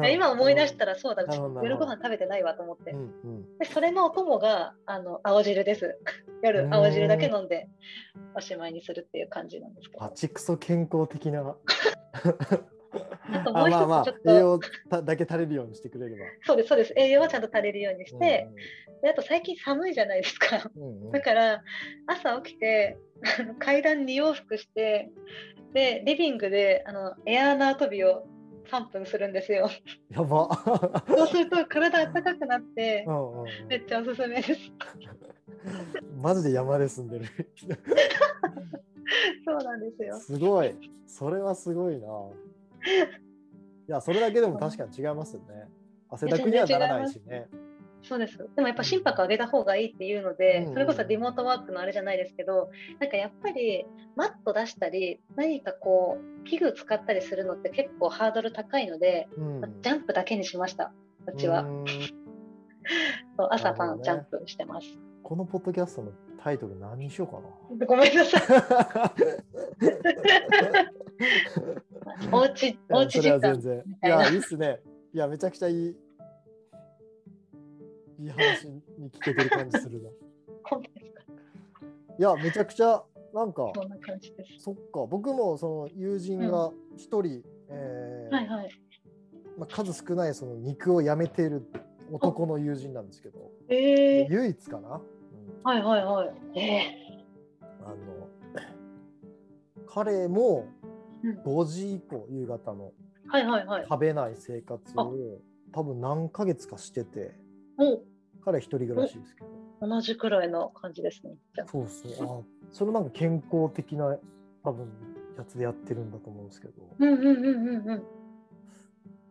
[SPEAKER 2] 今思い出した
[SPEAKER 3] ら。
[SPEAKER 2] らそうだ
[SPEAKER 3] なるほどなる
[SPEAKER 2] 夜
[SPEAKER 3] ほど
[SPEAKER 2] ご飯食べてないわと思って
[SPEAKER 3] うんうん
[SPEAKER 2] でそれのお供があの青汁です 夜青汁だけ飲んでおしまいにするっていう感じなんですけど
[SPEAKER 3] バチクソ健康 的な。
[SPEAKER 2] あとも
[SPEAKER 3] あ
[SPEAKER 2] う一つ
[SPEAKER 3] まあま
[SPEAKER 2] ちょっ
[SPEAKER 3] あ、
[SPEAKER 2] と
[SPEAKER 3] 栄養ただけ足りるようにしてくれれば。
[SPEAKER 2] そうですそうです栄養はちゃんと足りるようにして、
[SPEAKER 3] う
[SPEAKER 2] であと最近寒いじゃないですか
[SPEAKER 3] んうんうんうん
[SPEAKER 2] だから朝起きてあの階段2往復してでリビングであのエアー縄跳びを3分するん ですよ
[SPEAKER 3] やば。
[SPEAKER 2] そうすると体暖かくなって
[SPEAKER 3] うんうんうん
[SPEAKER 2] めっちゃおすすめです
[SPEAKER 3] マジで山で住んでる。
[SPEAKER 2] そうなんですよ
[SPEAKER 3] すごい。それはすごいな。いや、それだけでも確かに違いますよね。汗だくにはならないしね。
[SPEAKER 2] そうですでもやっぱ心拍上げた方がいいっていうので、
[SPEAKER 3] うん
[SPEAKER 2] それこそリモートワークのあれじゃないですけどなんかやっぱりマット出したり何かこう器具使ったりするのって結構ハードル高いので、
[SPEAKER 3] うん
[SPEAKER 2] ジャンプだけにしましたうちは、
[SPEAKER 3] うん
[SPEAKER 2] そう朝晩、ジ
[SPEAKER 3] な
[SPEAKER 2] ャ
[SPEAKER 3] る
[SPEAKER 2] ンプしてます
[SPEAKER 3] このポッドキャストのタイトル何にしようか
[SPEAKER 2] ごめんなさい
[SPEAKER 3] な。
[SPEAKER 2] おうち おうち時
[SPEAKER 3] それは
[SPEAKER 2] 間
[SPEAKER 3] 全然。い
[SPEAKER 2] たいな
[SPEAKER 3] や、いいっすね。いや、めちゃくちゃいい。いい話に聞けてる感じ するな。い
[SPEAKER 2] 本当ですか
[SPEAKER 3] や、めちゃくちゃ、なんか、
[SPEAKER 2] そんな感じです
[SPEAKER 3] そっか、僕もその友人が一人、えー
[SPEAKER 2] はいはい
[SPEAKER 3] まあ、数少ないその肉をやめている男の友人なんですけど、
[SPEAKER 2] えー、
[SPEAKER 3] 唯一かな、うん
[SPEAKER 2] はいはいはいえ
[SPEAKER 3] あの 彼も
[SPEAKER 2] うん
[SPEAKER 3] 5時以降夕方の
[SPEAKER 2] ー、はいはいはい
[SPEAKER 3] 食べない生活を多分何ヶ月かしてて彼一人暮らしですけど
[SPEAKER 2] お同じくらいの感じですねじゃあ
[SPEAKER 3] そうですねあそれなんか健康的な多分やつでやってるんだと思うんですけど、
[SPEAKER 2] うんうんうんうんうん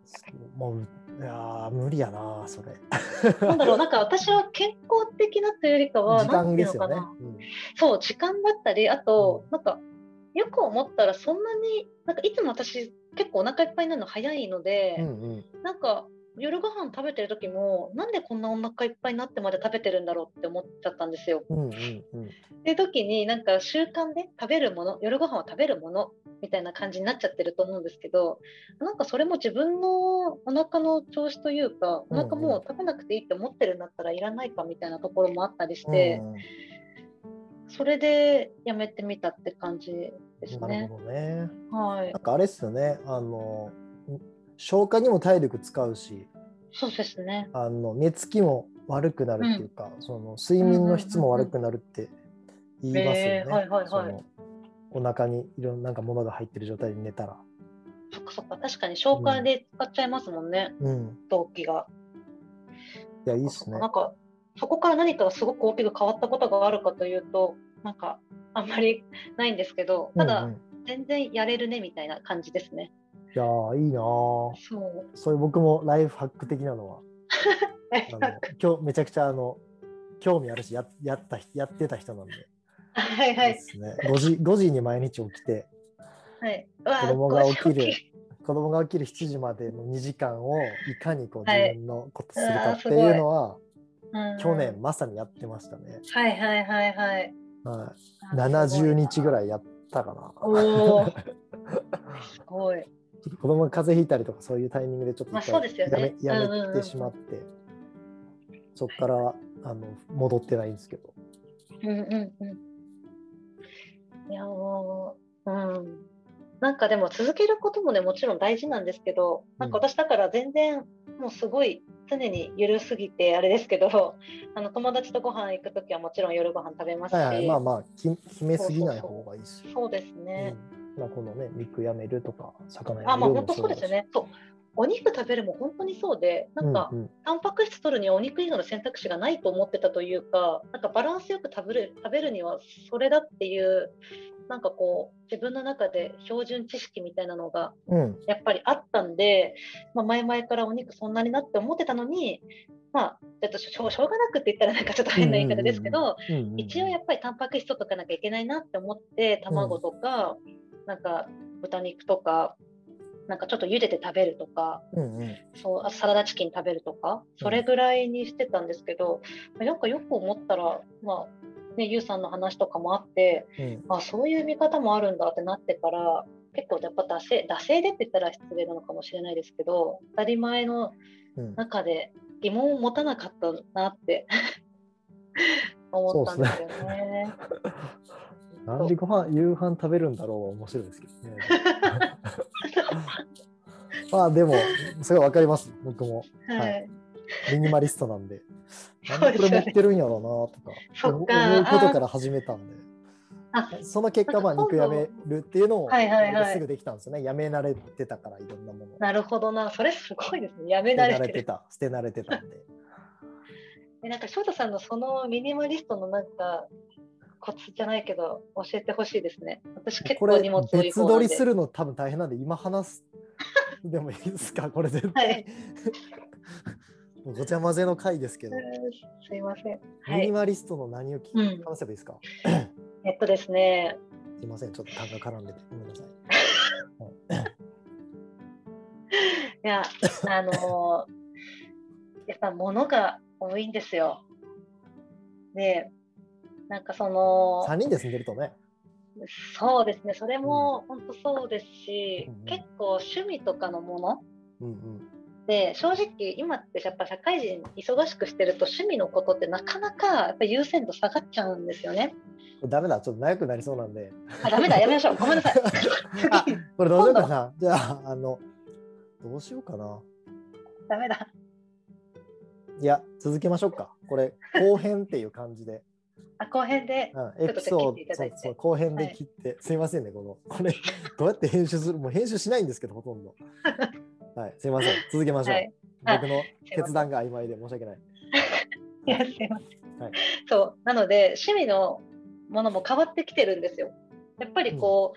[SPEAKER 3] そうまあういやー無理やなそれ
[SPEAKER 2] なんだろう、なんか私は健康的なというよりかは、
[SPEAKER 3] 時
[SPEAKER 2] な
[SPEAKER 3] 間
[SPEAKER 2] んて
[SPEAKER 3] で
[SPEAKER 2] いう
[SPEAKER 3] す
[SPEAKER 2] のか
[SPEAKER 3] よね
[SPEAKER 2] な。そう、時間だったり、あと
[SPEAKER 3] う、
[SPEAKER 2] なんか、よく思ったら、そんなに、なんかいつも私、結構お腹いっぱいになるの早いので、
[SPEAKER 3] うんうんうん
[SPEAKER 2] なんか、夜ご飯食べてる時も、なんでこんなお腹いっぱいになってまで食べてるんだろうって思っちゃったんですよ。
[SPEAKER 3] うんうんうん
[SPEAKER 2] って時に、なんか習慣で食べるもの、夜ご飯は食べるものみたいな感じになっちゃってると思うんですけど、なんかそれも自分のお腹の調子というか、お腹もう食べなくていいって思ってるんだったらいらないかみたいなところもあったりして
[SPEAKER 3] う、ん
[SPEAKER 2] それでやめてみたって感じです
[SPEAKER 3] なる
[SPEAKER 2] ね。
[SPEAKER 3] ほどね。
[SPEAKER 2] はい
[SPEAKER 3] な。んかあれっすよね、あのん消化にも体力使うし、
[SPEAKER 2] そうですね。
[SPEAKER 3] あの寝つきも悪くなるっていうか、その睡眠の質も悪くなるって言いますよね
[SPEAKER 2] え。ーはいはいはい
[SPEAKER 3] そのお腹にいろんななんかものが入ってる状態で寝たら。
[SPEAKER 2] そっかそっか、確かに紹介で使っちゃいますもんね、
[SPEAKER 3] うん。
[SPEAKER 2] 動機が。
[SPEAKER 3] いや、いいっすね
[SPEAKER 2] な。んかそこから何かすごく大きく変わったことがあるかというとなんかあんまりないんですけどた
[SPEAKER 3] うん
[SPEAKER 2] だ
[SPEAKER 3] うん
[SPEAKER 2] 全然やれるねみたいな感じですね。
[SPEAKER 3] いやーいいなー
[SPEAKER 2] そう
[SPEAKER 3] そういう僕もライフハック的なのは、あの今日めちゃくちゃあの興味あるしややったやってた人なんで、
[SPEAKER 2] はいは
[SPEAKER 3] で
[SPEAKER 2] い
[SPEAKER 3] すね。5時5時に毎日起きて。
[SPEAKER 2] はい。うわ
[SPEAKER 3] 子供が起きる
[SPEAKER 2] こうし
[SPEAKER 3] 子供が起きる7時までの2時間をいかにこう
[SPEAKER 2] は
[SPEAKER 3] 自
[SPEAKER 2] い
[SPEAKER 3] 分のことするかっていうの
[SPEAKER 2] う
[SPEAKER 3] は、
[SPEAKER 2] ん
[SPEAKER 3] 去年まさにやってましたね、
[SPEAKER 2] はいはいはいはい。
[SPEAKER 3] はい70日ぐ
[SPEAKER 2] らい。
[SPEAKER 3] らいやったかな
[SPEAKER 2] おお。すごい。
[SPEAKER 3] 子供が風邪ひいたりとかそういうタイミングでちょっと
[SPEAKER 2] まあ
[SPEAKER 3] 一
[SPEAKER 2] そう
[SPEAKER 3] 回
[SPEAKER 2] ですよ
[SPEAKER 3] やめ
[SPEAKER 2] ね
[SPEAKER 3] や
[SPEAKER 2] うんうんう
[SPEAKER 3] め
[SPEAKER 2] ん
[SPEAKER 3] てしまって、そこからあの戻ってないんですけど、
[SPEAKER 2] うんうんうん。いやもう、うん。なんかでも続けることもね、もちろん大事なんですけど、なんか私だから全然、もうすごい常にゆるすぎてあれですけど、あの友達とご飯行くときはもちろん夜ご飯食べますし、
[SPEAKER 3] はいはい、まあまあき決めすぎない方がいいし、
[SPEAKER 2] そうです
[SPEAKER 3] う
[SPEAKER 2] ね。
[SPEAKER 3] んまあ、このね肉やめるとか魚
[SPEAKER 2] あ、
[SPEAKER 3] やめ
[SPEAKER 2] まあ
[SPEAKER 3] るも
[SPEAKER 2] 本当そうですよね。そう。お肉食べるも本当にそうで、なんか、
[SPEAKER 3] うんうん
[SPEAKER 2] タンパク質取るにはお肉以外の選択肢がないと思ってたというか、なんかバランスよく食べる食べるにはそれだっていう、なんかこう、自分の中で標準知識みたいなのが
[SPEAKER 3] うん、
[SPEAKER 2] やっぱりあったんで、まあ、前々からお肉そんなになって思ってたのに、まあ、ちょっとしょうしょうがなくって言ったらなんかちょっと変な言い方ですけど、
[SPEAKER 3] うんうんうん
[SPEAKER 2] 一応やっぱりタンパク質取っとかなきゃいけないなって思って、卵とか、なんか豚肉とか、なんかちょっと茹でて食べるとか、
[SPEAKER 3] うんうん
[SPEAKER 2] そうあサラダチキン食べるとかそれぐらいにしてたんですけど、なんかよく思ったらまあねゆうさんの話とかもあって
[SPEAKER 3] うん
[SPEAKER 2] あそういう見方もあるんだってなってから結構やっぱ惰性惰性でって言ったら失礼なのかもしれないですけど当たり前の
[SPEAKER 3] うん
[SPEAKER 2] 中で疑問を持たなかったなって思ったんですよね。
[SPEAKER 3] 何時ご飯夕飯食べるんだろうは面白いですけ どね。まあでもすごいわかります僕も
[SPEAKER 2] は
[SPEAKER 3] はい
[SPEAKER 2] い、
[SPEAKER 3] ミニマリストなんで。なん
[SPEAKER 2] そうで
[SPEAKER 3] でこ
[SPEAKER 2] すよ
[SPEAKER 3] れ
[SPEAKER 2] ね
[SPEAKER 3] 持ってるんやろうなとか
[SPEAKER 2] そ
[SPEAKER 3] 思
[SPEAKER 2] っ
[SPEAKER 3] う
[SPEAKER 2] か
[SPEAKER 3] ことから始めたんで
[SPEAKER 2] あ
[SPEAKER 3] その結果まあ
[SPEAKER 2] なんか
[SPEAKER 3] 肉
[SPEAKER 2] 今
[SPEAKER 3] や
[SPEAKER 2] 度
[SPEAKER 3] めるっていうのを
[SPEAKER 2] はいはいはい
[SPEAKER 3] なんかすぐできたんですよねやめ慣れてたからいろんなもの
[SPEAKER 2] なるほどなそれすごいですねやめ
[SPEAKER 3] 捨
[SPEAKER 2] 慣
[SPEAKER 3] て
[SPEAKER 2] れ
[SPEAKER 3] 慣れ
[SPEAKER 2] て
[SPEAKER 3] て
[SPEAKER 2] る。
[SPEAKER 3] た捨て慣れてたんで
[SPEAKER 2] えなんか翔太さんのそのミニマリストのなんかコツじゃないけど教えてほしいですね。私結
[SPEAKER 3] こ
[SPEAKER 2] 構
[SPEAKER 3] れ
[SPEAKER 2] 荷物多い
[SPEAKER 3] 別
[SPEAKER 2] 方な
[SPEAKER 3] 撮
[SPEAKER 2] んで。
[SPEAKER 3] りするの多分大変なんで今話すでもいいで すかこれ絶対、
[SPEAKER 2] はい
[SPEAKER 3] ごちゃ混ぜの回ですけど、
[SPEAKER 2] うんすいません。は
[SPEAKER 3] ミニ
[SPEAKER 2] い。
[SPEAKER 3] マリストの何を聞
[SPEAKER 2] う
[SPEAKER 3] き
[SPEAKER 2] ん
[SPEAKER 3] 話せばいいですか、
[SPEAKER 2] えっとですね。
[SPEAKER 3] すいませんちょっと単が絡んでてごめんなさい
[SPEAKER 2] いやあの やっぱ物が多いんですよ。でなんかその
[SPEAKER 3] 3人で住んでるとね
[SPEAKER 2] そうですねそれも本当そうですし、
[SPEAKER 3] うんうん
[SPEAKER 2] 結構趣味とかのもの
[SPEAKER 3] うんうん
[SPEAKER 2] で正直今ってやっぱ社会人忙しくしてると趣味のことってなかなかやっぱ優先度下がっちゃうんですよね。
[SPEAKER 3] これダメだちょっと長くなりそうな んで
[SPEAKER 2] あダ メだやめましょうごめんなさい。
[SPEAKER 3] あ
[SPEAKER 2] 次
[SPEAKER 3] これどうしようかなじゃああのどうしようかな
[SPEAKER 2] ダメだ。
[SPEAKER 3] いや続けましょうかこれ後編っていう感じで、
[SPEAKER 2] あ後編で
[SPEAKER 3] うん、
[SPEAKER 2] ち
[SPEAKER 3] エ
[SPEAKER 2] ょっと
[SPEAKER 3] ピソー
[SPEAKER 2] 切
[SPEAKER 3] ド
[SPEAKER 2] っていただいて
[SPEAKER 3] そうそう後編
[SPEAKER 2] は
[SPEAKER 3] で
[SPEAKER 2] い
[SPEAKER 3] 切って、すいませんねこのこれ どうやって編集するもう編集しないんですけどほと んどはいすいません続けましょう、
[SPEAKER 2] はいあ
[SPEAKER 3] 僕の
[SPEAKER 2] せん
[SPEAKER 3] 決断が曖昧で申し訳ない
[SPEAKER 2] いやすいません。
[SPEAKER 3] はい
[SPEAKER 2] そうなので趣味のものも変わってきてるんですよ。やっぱりこ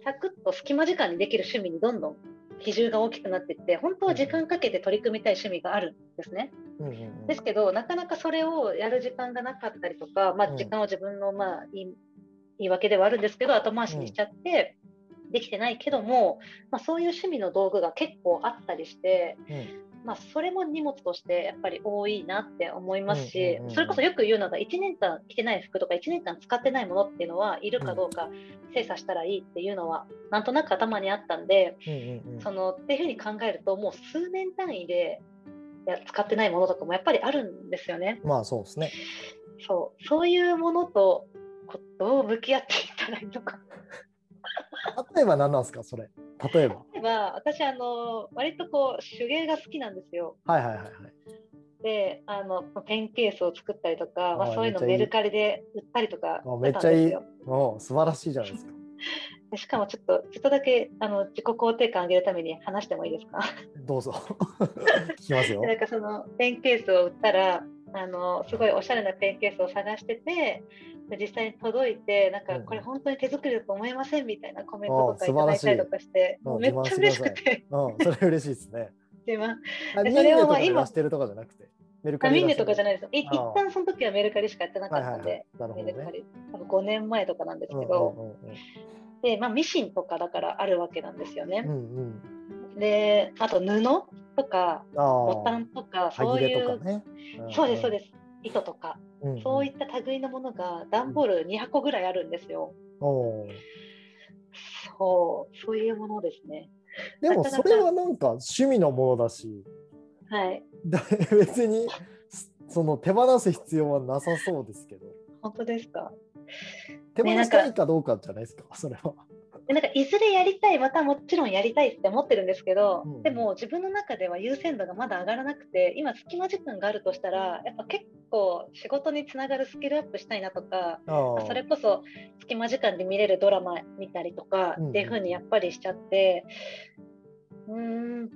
[SPEAKER 2] う、サクッと隙間時間にできる趣味にどんどん比重が大きくなっていって本当は時間かけて取り組みたい趣味があるんですね。
[SPEAKER 3] うんうんうん
[SPEAKER 2] ですけどなかなかそれをやる時間がなかったりとか、ま
[SPEAKER 3] う
[SPEAKER 2] あ、
[SPEAKER 3] ん
[SPEAKER 2] 時間を自分の、まあ、言い言い訳ではあるんですけど後回しにしちゃって、できてないけども、まあ、そういう趣味の道具が結構あったりして、まあ、それも荷物としてやっぱり多いなって思いますし、
[SPEAKER 3] うんうんうんうん
[SPEAKER 2] それこそよく言うのが1年間着てない服とか1年間使ってないものっていうのはいるかどうか精査したらいいっていうのはなんとなく頭にあったんで、
[SPEAKER 3] うんうんうん
[SPEAKER 2] そのっていうふうに考えるともう数年単位でいや使ってないものとかもやっぱりあるんですよね。
[SPEAKER 3] まあそうですね
[SPEAKER 2] そうそういうものとこうどう向き合っていったらいいのか。
[SPEAKER 3] 例えば何なんですかそれ例えば
[SPEAKER 2] 例えば私あの割とこう手芸が好きなんですよ。
[SPEAKER 3] はいはいはいはい
[SPEAKER 2] であのペンケースを作ったりとか、ま
[SPEAKER 3] あ
[SPEAKER 2] あ、
[SPEAKER 3] ー
[SPEAKER 2] そういうの
[SPEAKER 3] めっちゃい
[SPEAKER 2] メ
[SPEAKER 3] い
[SPEAKER 2] ルカリで売ったりとか
[SPEAKER 3] あめ
[SPEAKER 2] し
[SPEAKER 3] ってち
[SPEAKER 2] た
[SPEAKER 3] ゃ
[SPEAKER 2] ん
[SPEAKER 3] い
[SPEAKER 2] で
[SPEAKER 3] い
[SPEAKER 2] すよ。
[SPEAKER 3] おう素晴らしいじゃないですか
[SPEAKER 2] でしかもちょっとちょっとだけあの自己肯定感上げるために話してもいいですか
[SPEAKER 3] どうぞ 聞きますよ
[SPEAKER 2] なんかそのペンケースを売ったらあのすごいおしゃれなペンケースを探しててで実際に届いてなん
[SPEAKER 3] う
[SPEAKER 2] か
[SPEAKER 3] ん
[SPEAKER 2] これ本当に手作りだと思いませんみたいなコメントと
[SPEAKER 3] あ
[SPEAKER 2] か
[SPEAKER 3] ー
[SPEAKER 2] いただいたりとかして
[SPEAKER 3] 素晴らしいうん
[SPEAKER 2] もうめっちゃ嬉しくて
[SPEAKER 3] うん、それ嬉しいですね。
[SPEAKER 2] でまあ
[SPEAKER 3] あ
[SPEAKER 2] で
[SPEAKER 3] ミン
[SPEAKER 2] そ
[SPEAKER 3] ネ
[SPEAKER 2] れ
[SPEAKER 3] と
[SPEAKER 2] をま
[SPEAKER 3] か
[SPEAKER 2] あ
[SPEAKER 3] で
[SPEAKER 2] 今
[SPEAKER 3] 出してるとかじゃなくて、メル
[SPEAKER 2] あミンネとかじゃ
[SPEAKER 3] ない
[SPEAKER 2] ないですい一
[SPEAKER 3] あー
[SPEAKER 2] 旦その時はメルカリしかやってなか
[SPEAKER 3] はい
[SPEAKER 2] った
[SPEAKER 3] は
[SPEAKER 2] ん
[SPEAKER 3] いは
[SPEAKER 2] で
[SPEAKER 3] い。なるほ
[SPEAKER 2] メ
[SPEAKER 3] ど
[SPEAKER 2] ルカ
[SPEAKER 3] ね。
[SPEAKER 2] リ多分5年前とかなんですけど、で、まあ、ミシンとかだからあるわけなんですよ
[SPEAKER 3] うんうんう
[SPEAKER 2] ね。
[SPEAKER 3] んうんうん。
[SPEAKER 2] であと布とか
[SPEAKER 3] ああ。
[SPEAKER 2] ボタンとか
[SPEAKER 3] 歯
[SPEAKER 2] そう
[SPEAKER 3] 切
[SPEAKER 2] い
[SPEAKER 3] れ
[SPEAKER 2] う、
[SPEAKER 3] とかね。。
[SPEAKER 2] そうですそうですす糸とか、
[SPEAKER 3] うんうん
[SPEAKER 2] そういった類のものが段ボール2箱ぐらいあるんですよ。
[SPEAKER 3] おー
[SPEAKER 2] そうそういうものですね。
[SPEAKER 3] でもそれはなんか趣味のものだし、
[SPEAKER 2] はい。
[SPEAKER 3] だ別にその手放す必要はなさそうですけど、
[SPEAKER 2] 本当ですか。
[SPEAKER 3] 手放したいかどうかじゃないですか、それは。
[SPEAKER 2] でなんかいずれやりたい、またもちろんやりたいって思ってるんですけど、
[SPEAKER 3] うん
[SPEAKER 2] でも自分の中では優先度がまだ上がらなくて、今、隙間時間があるとしたら、やっぱ結構仕事につながるスキルアップしたいなとか、
[SPEAKER 3] ああ
[SPEAKER 2] それこそ隙間時間で見れるドラマ見たりとか
[SPEAKER 3] うんうん
[SPEAKER 2] っていう風にやっぱりしちゃってうーん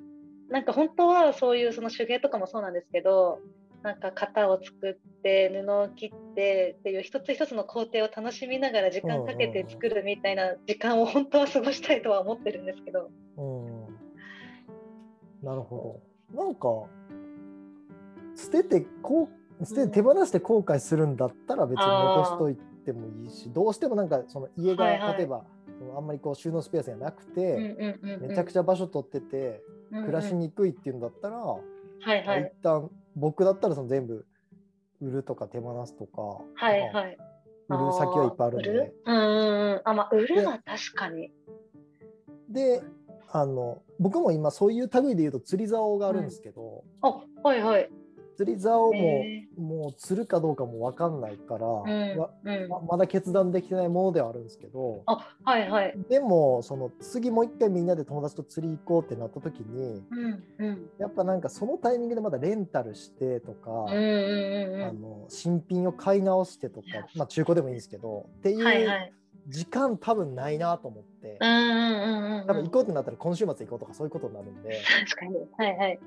[SPEAKER 2] なんか本当はそういうその手芸とかもそうなんですけどなんか型を作って布を切ってっていう一つ一つの工程を楽しみながら時間かけて作るみたいな時間を本当は過ごしたいとは思ってるんですけど
[SPEAKER 3] うんなるほど。なんか捨ててこう捨てて手放して後悔するんだったら別に残しといてもいいしどうしてもなんかその家が、
[SPEAKER 2] はいはい
[SPEAKER 3] 例えばそのあんまりこう収納スペースがなく
[SPEAKER 2] うん
[SPEAKER 3] て、
[SPEAKER 2] うんうんうん
[SPEAKER 3] めちゃくちゃ場所取ってて、暮らしにくいっていうんだったら、
[SPEAKER 2] はいは
[SPEAKER 3] まあ一
[SPEAKER 2] い
[SPEAKER 3] 旦僕だったらその全部売るとか手放すとか、
[SPEAKER 2] はい
[SPEAKER 3] ま
[SPEAKER 2] はい
[SPEAKER 3] あ売る先はいっぱいあるの
[SPEAKER 2] 売
[SPEAKER 3] で
[SPEAKER 2] る。うんうんうんあまあ売るは確かに
[SPEAKER 3] であの僕も今そういう類で言うと釣り竿があるんですけど。
[SPEAKER 2] あはいはい
[SPEAKER 3] 釣り竿も、
[SPEAKER 2] へ
[SPEAKER 3] もう釣るかどうかも分かんないから、
[SPEAKER 2] うん
[SPEAKER 3] わ
[SPEAKER 2] うん
[SPEAKER 3] ままだ決断できてないものではあるんですけど
[SPEAKER 2] あはいはい。
[SPEAKER 3] でもその次もう一回みんなで友達と釣り行こうってなった時に
[SPEAKER 2] うんうん
[SPEAKER 3] やっぱなんかそのタイミングでまだレンタルしてとか、
[SPEAKER 2] うんうん
[SPEAKER 3] あ
[SPEAKER 2] う
[SPEAKER 3] の新品を買い直してとか
[SPEAKER 2] いや、
[SPEAKER 3] まあ、中古でもいいんですけどってい
[SPEAKER 2] ん。はいは
[SPEAKER 3] う
[SPEAKER 2] い。
[SPEAKER 3] 時間多分ないなと思って、
[SPEAKER 2] うんうんうんうん。
[SPEAKER 3] 多分行こうってなったら今週末行こうとかそういうことになるんで
[SPEAKER 2] 確かに。はいはい。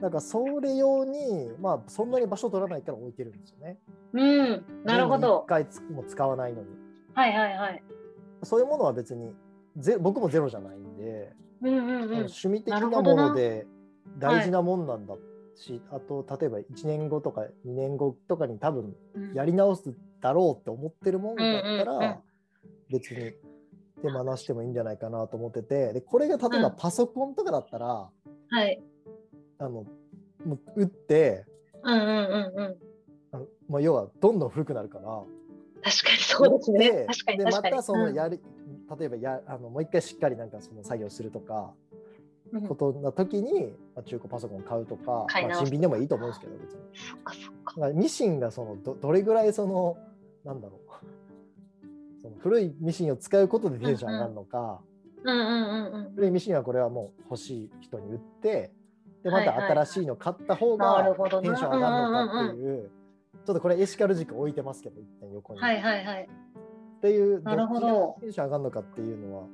[SPEAKER 3] なんかそれ用にまあそんなに場所取らないから置いてるんですよね。
[SPEAKER 2] うん。なるほ
[SPEAKER 3] 一
[SPEAKER 2] ど。
[SPEAKER 3] 回つも使わないのに。
[SPEAKER 2] はいはいはい。
[SPEAKER 3] そういうものは別にゼ僕もゼロじゃないんで、
[SPEAKER 2] うんうんうん。
[SPEAKER 3] 趣味的
[SPEAKER 2] な
[SPEAKER 3] な
[SPEAKER 2] る
[SPEAKER 3] も
[SPEAKER 2] ほどな
[SPEAKER 3] ので大事なもんなんだし、あと例えば1年後とか2年後とかに多分
[SPEAKER 2] うん
[SPEAKER 3] やり直すだろうって思ってるもんだったら、
[SPEAKER 2] うんうんうん
[SPEAKER 3] 別に手放してもいいんじゃないかなと思っててでこれが例えば
[SPEAKER 2] うん
[SPEAKER 3] パソコンとかだったら、
[SPEAKER 2] はい。
[SPEAKER 3] あのもう打って
[SPEAKER 2] うんうんうんうん。
[SPEAKER 3] あのまあ、要はどんどん古くなるから。
[SPEAKER 2] 確かにそうですね
[SPEAKER 3] で。
[SPEAKER 2] 確かに
[SPEAKER 3] で
[SPEAKER 2] 確
[SPEAKER 3] ま
[SPEAKER 2] かに。
[SPEAKER 3] たその
[SPEAKER 2] うん
[SPEAKER 3] やる、例えばやあのもう一回しっかりなんかその作業するとか
[SPEAKER 2] うん
[SPEAKER 3] こ。とな時に、まあ、中古パソコン買うとか、
[SPEAKER 2] 買い
[SPEAKER 3] まあ、
[SPEAKER 2] 直す
[SPEAKER 3] 新品でもいいと思うんですけど別に
[SPEAKER 2] そっかそっか。
[SPEAKER 3] まあミシンがそのどどれぐらいそのなんだろ うその古いミシンを使うことでテンション上がるのか、
[SPEAKER 2] うんうんうん
[SPEAKER 3] 古いミシンはこれはもう欲しい人に売ってでまた
[SPEAKER 2] はいはい
[SPEAKER 3] 新しいの買った方
[SPEAKER 2] な
[SPEAKER 3] が
[SPEAKER 2] るほどな
[SPEAKER 3] テンション上がるのかっていう,、ちょっとこれエシカル軸置いてますけど一点横
[SPEAKER 2] うん。
[SPEAKER 3] に。
[SPEAKER 2] はいはいはい。
[SPEAKER 3] っていう
[SPEAKER 2] なるほど
[SPEAKER 3] どっちがテンション上がるのかっていうのは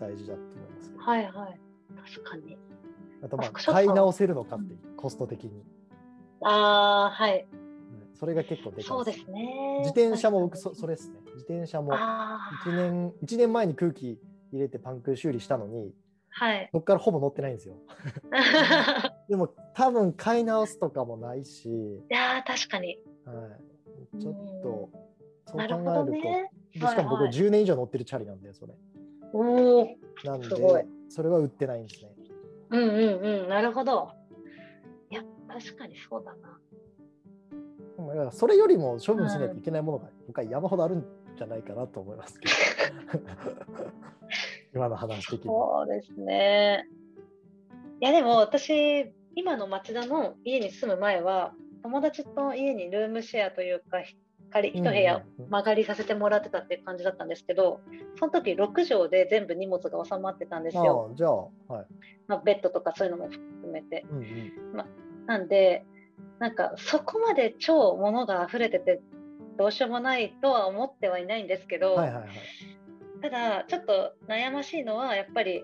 [SPEAKER 3] 大事だと思いますけど
[SPEAKER 2] はいはい。確かに。
[SPEAKER 3] あとまあ
[SPEAKER 2] あそうか
[SPEAKER 3] 買い直せるのかっていうコスト的に、
[SPEAKER 2] ああはい。
[SPEAKER 3] うんそれが結構でかい
[SPEAKER 2] そうですね。
[SPEAKER 3] 自転車も僕そそれですね自転車も
[SPEAKER 2] ああ
[SPEAKER 3] 1。年一年前に空気入れてパンク修理したのに
[SPEAKER 2] はい。
[SPEAKER 3] そこからほぼ乗ってないんですよ でも多分買い直すとかもないし、
[SPEAKER 2] いやー確かに。
[SPEAKER 3] はい、ちょっとそう考
[SPEAKER 2] な
[SPEAKER 3] え
[SPEAKER 2] るほど
[SPEAKER 3] ると
[SPEAKER 2] ね。
[SPEAKER 3] でしかも
[SPEAKER 2] はい
[SPEAKER 3] 僕
[SPEAKER 2] はい
[SPEAKER 3] 10年以上乗ってるチャリなんでそれ
[SPEAKER 2] おお。
[SPEAKER 3] なんです
[SPEAKER 2] ごい
[SPEAKER 3] それは売ってないんですね
[SPEAKER 2] うんうんうん、なるほど。いや、確かにそうだな。
[SPEAKER 3] まあだからそれよりも処分しないといけないものが他に山ほどあるんじゃないかなと思いますけど 今の話的に。
[SPEAKER 2] そうですね。いや、でも私、今の町田の家に住む前は、友達と家にルームシェアというか、借り一部屋
[SPEAKER 3] うんうん
[SPEAKER 2] 間借りさせてもらってたっていう感じだったんですけど、その時6畳で全部荷物が収まってたんですよ。
[SPEAKER 3] ああじゃあ、はい
[SPEAKER 2] まあ、ベッドとかそういうのも含めて。
[SPEAKER 3] うんうん
[SPEAKER 2] なんで、なんかそこまで超物が溢れてて、どうしようもないとは思ってはいないんですけど、
[SPEAKER 3] はいはいはい。
[SPEAKER 2] ただちょっと悩ましいのはやっぱり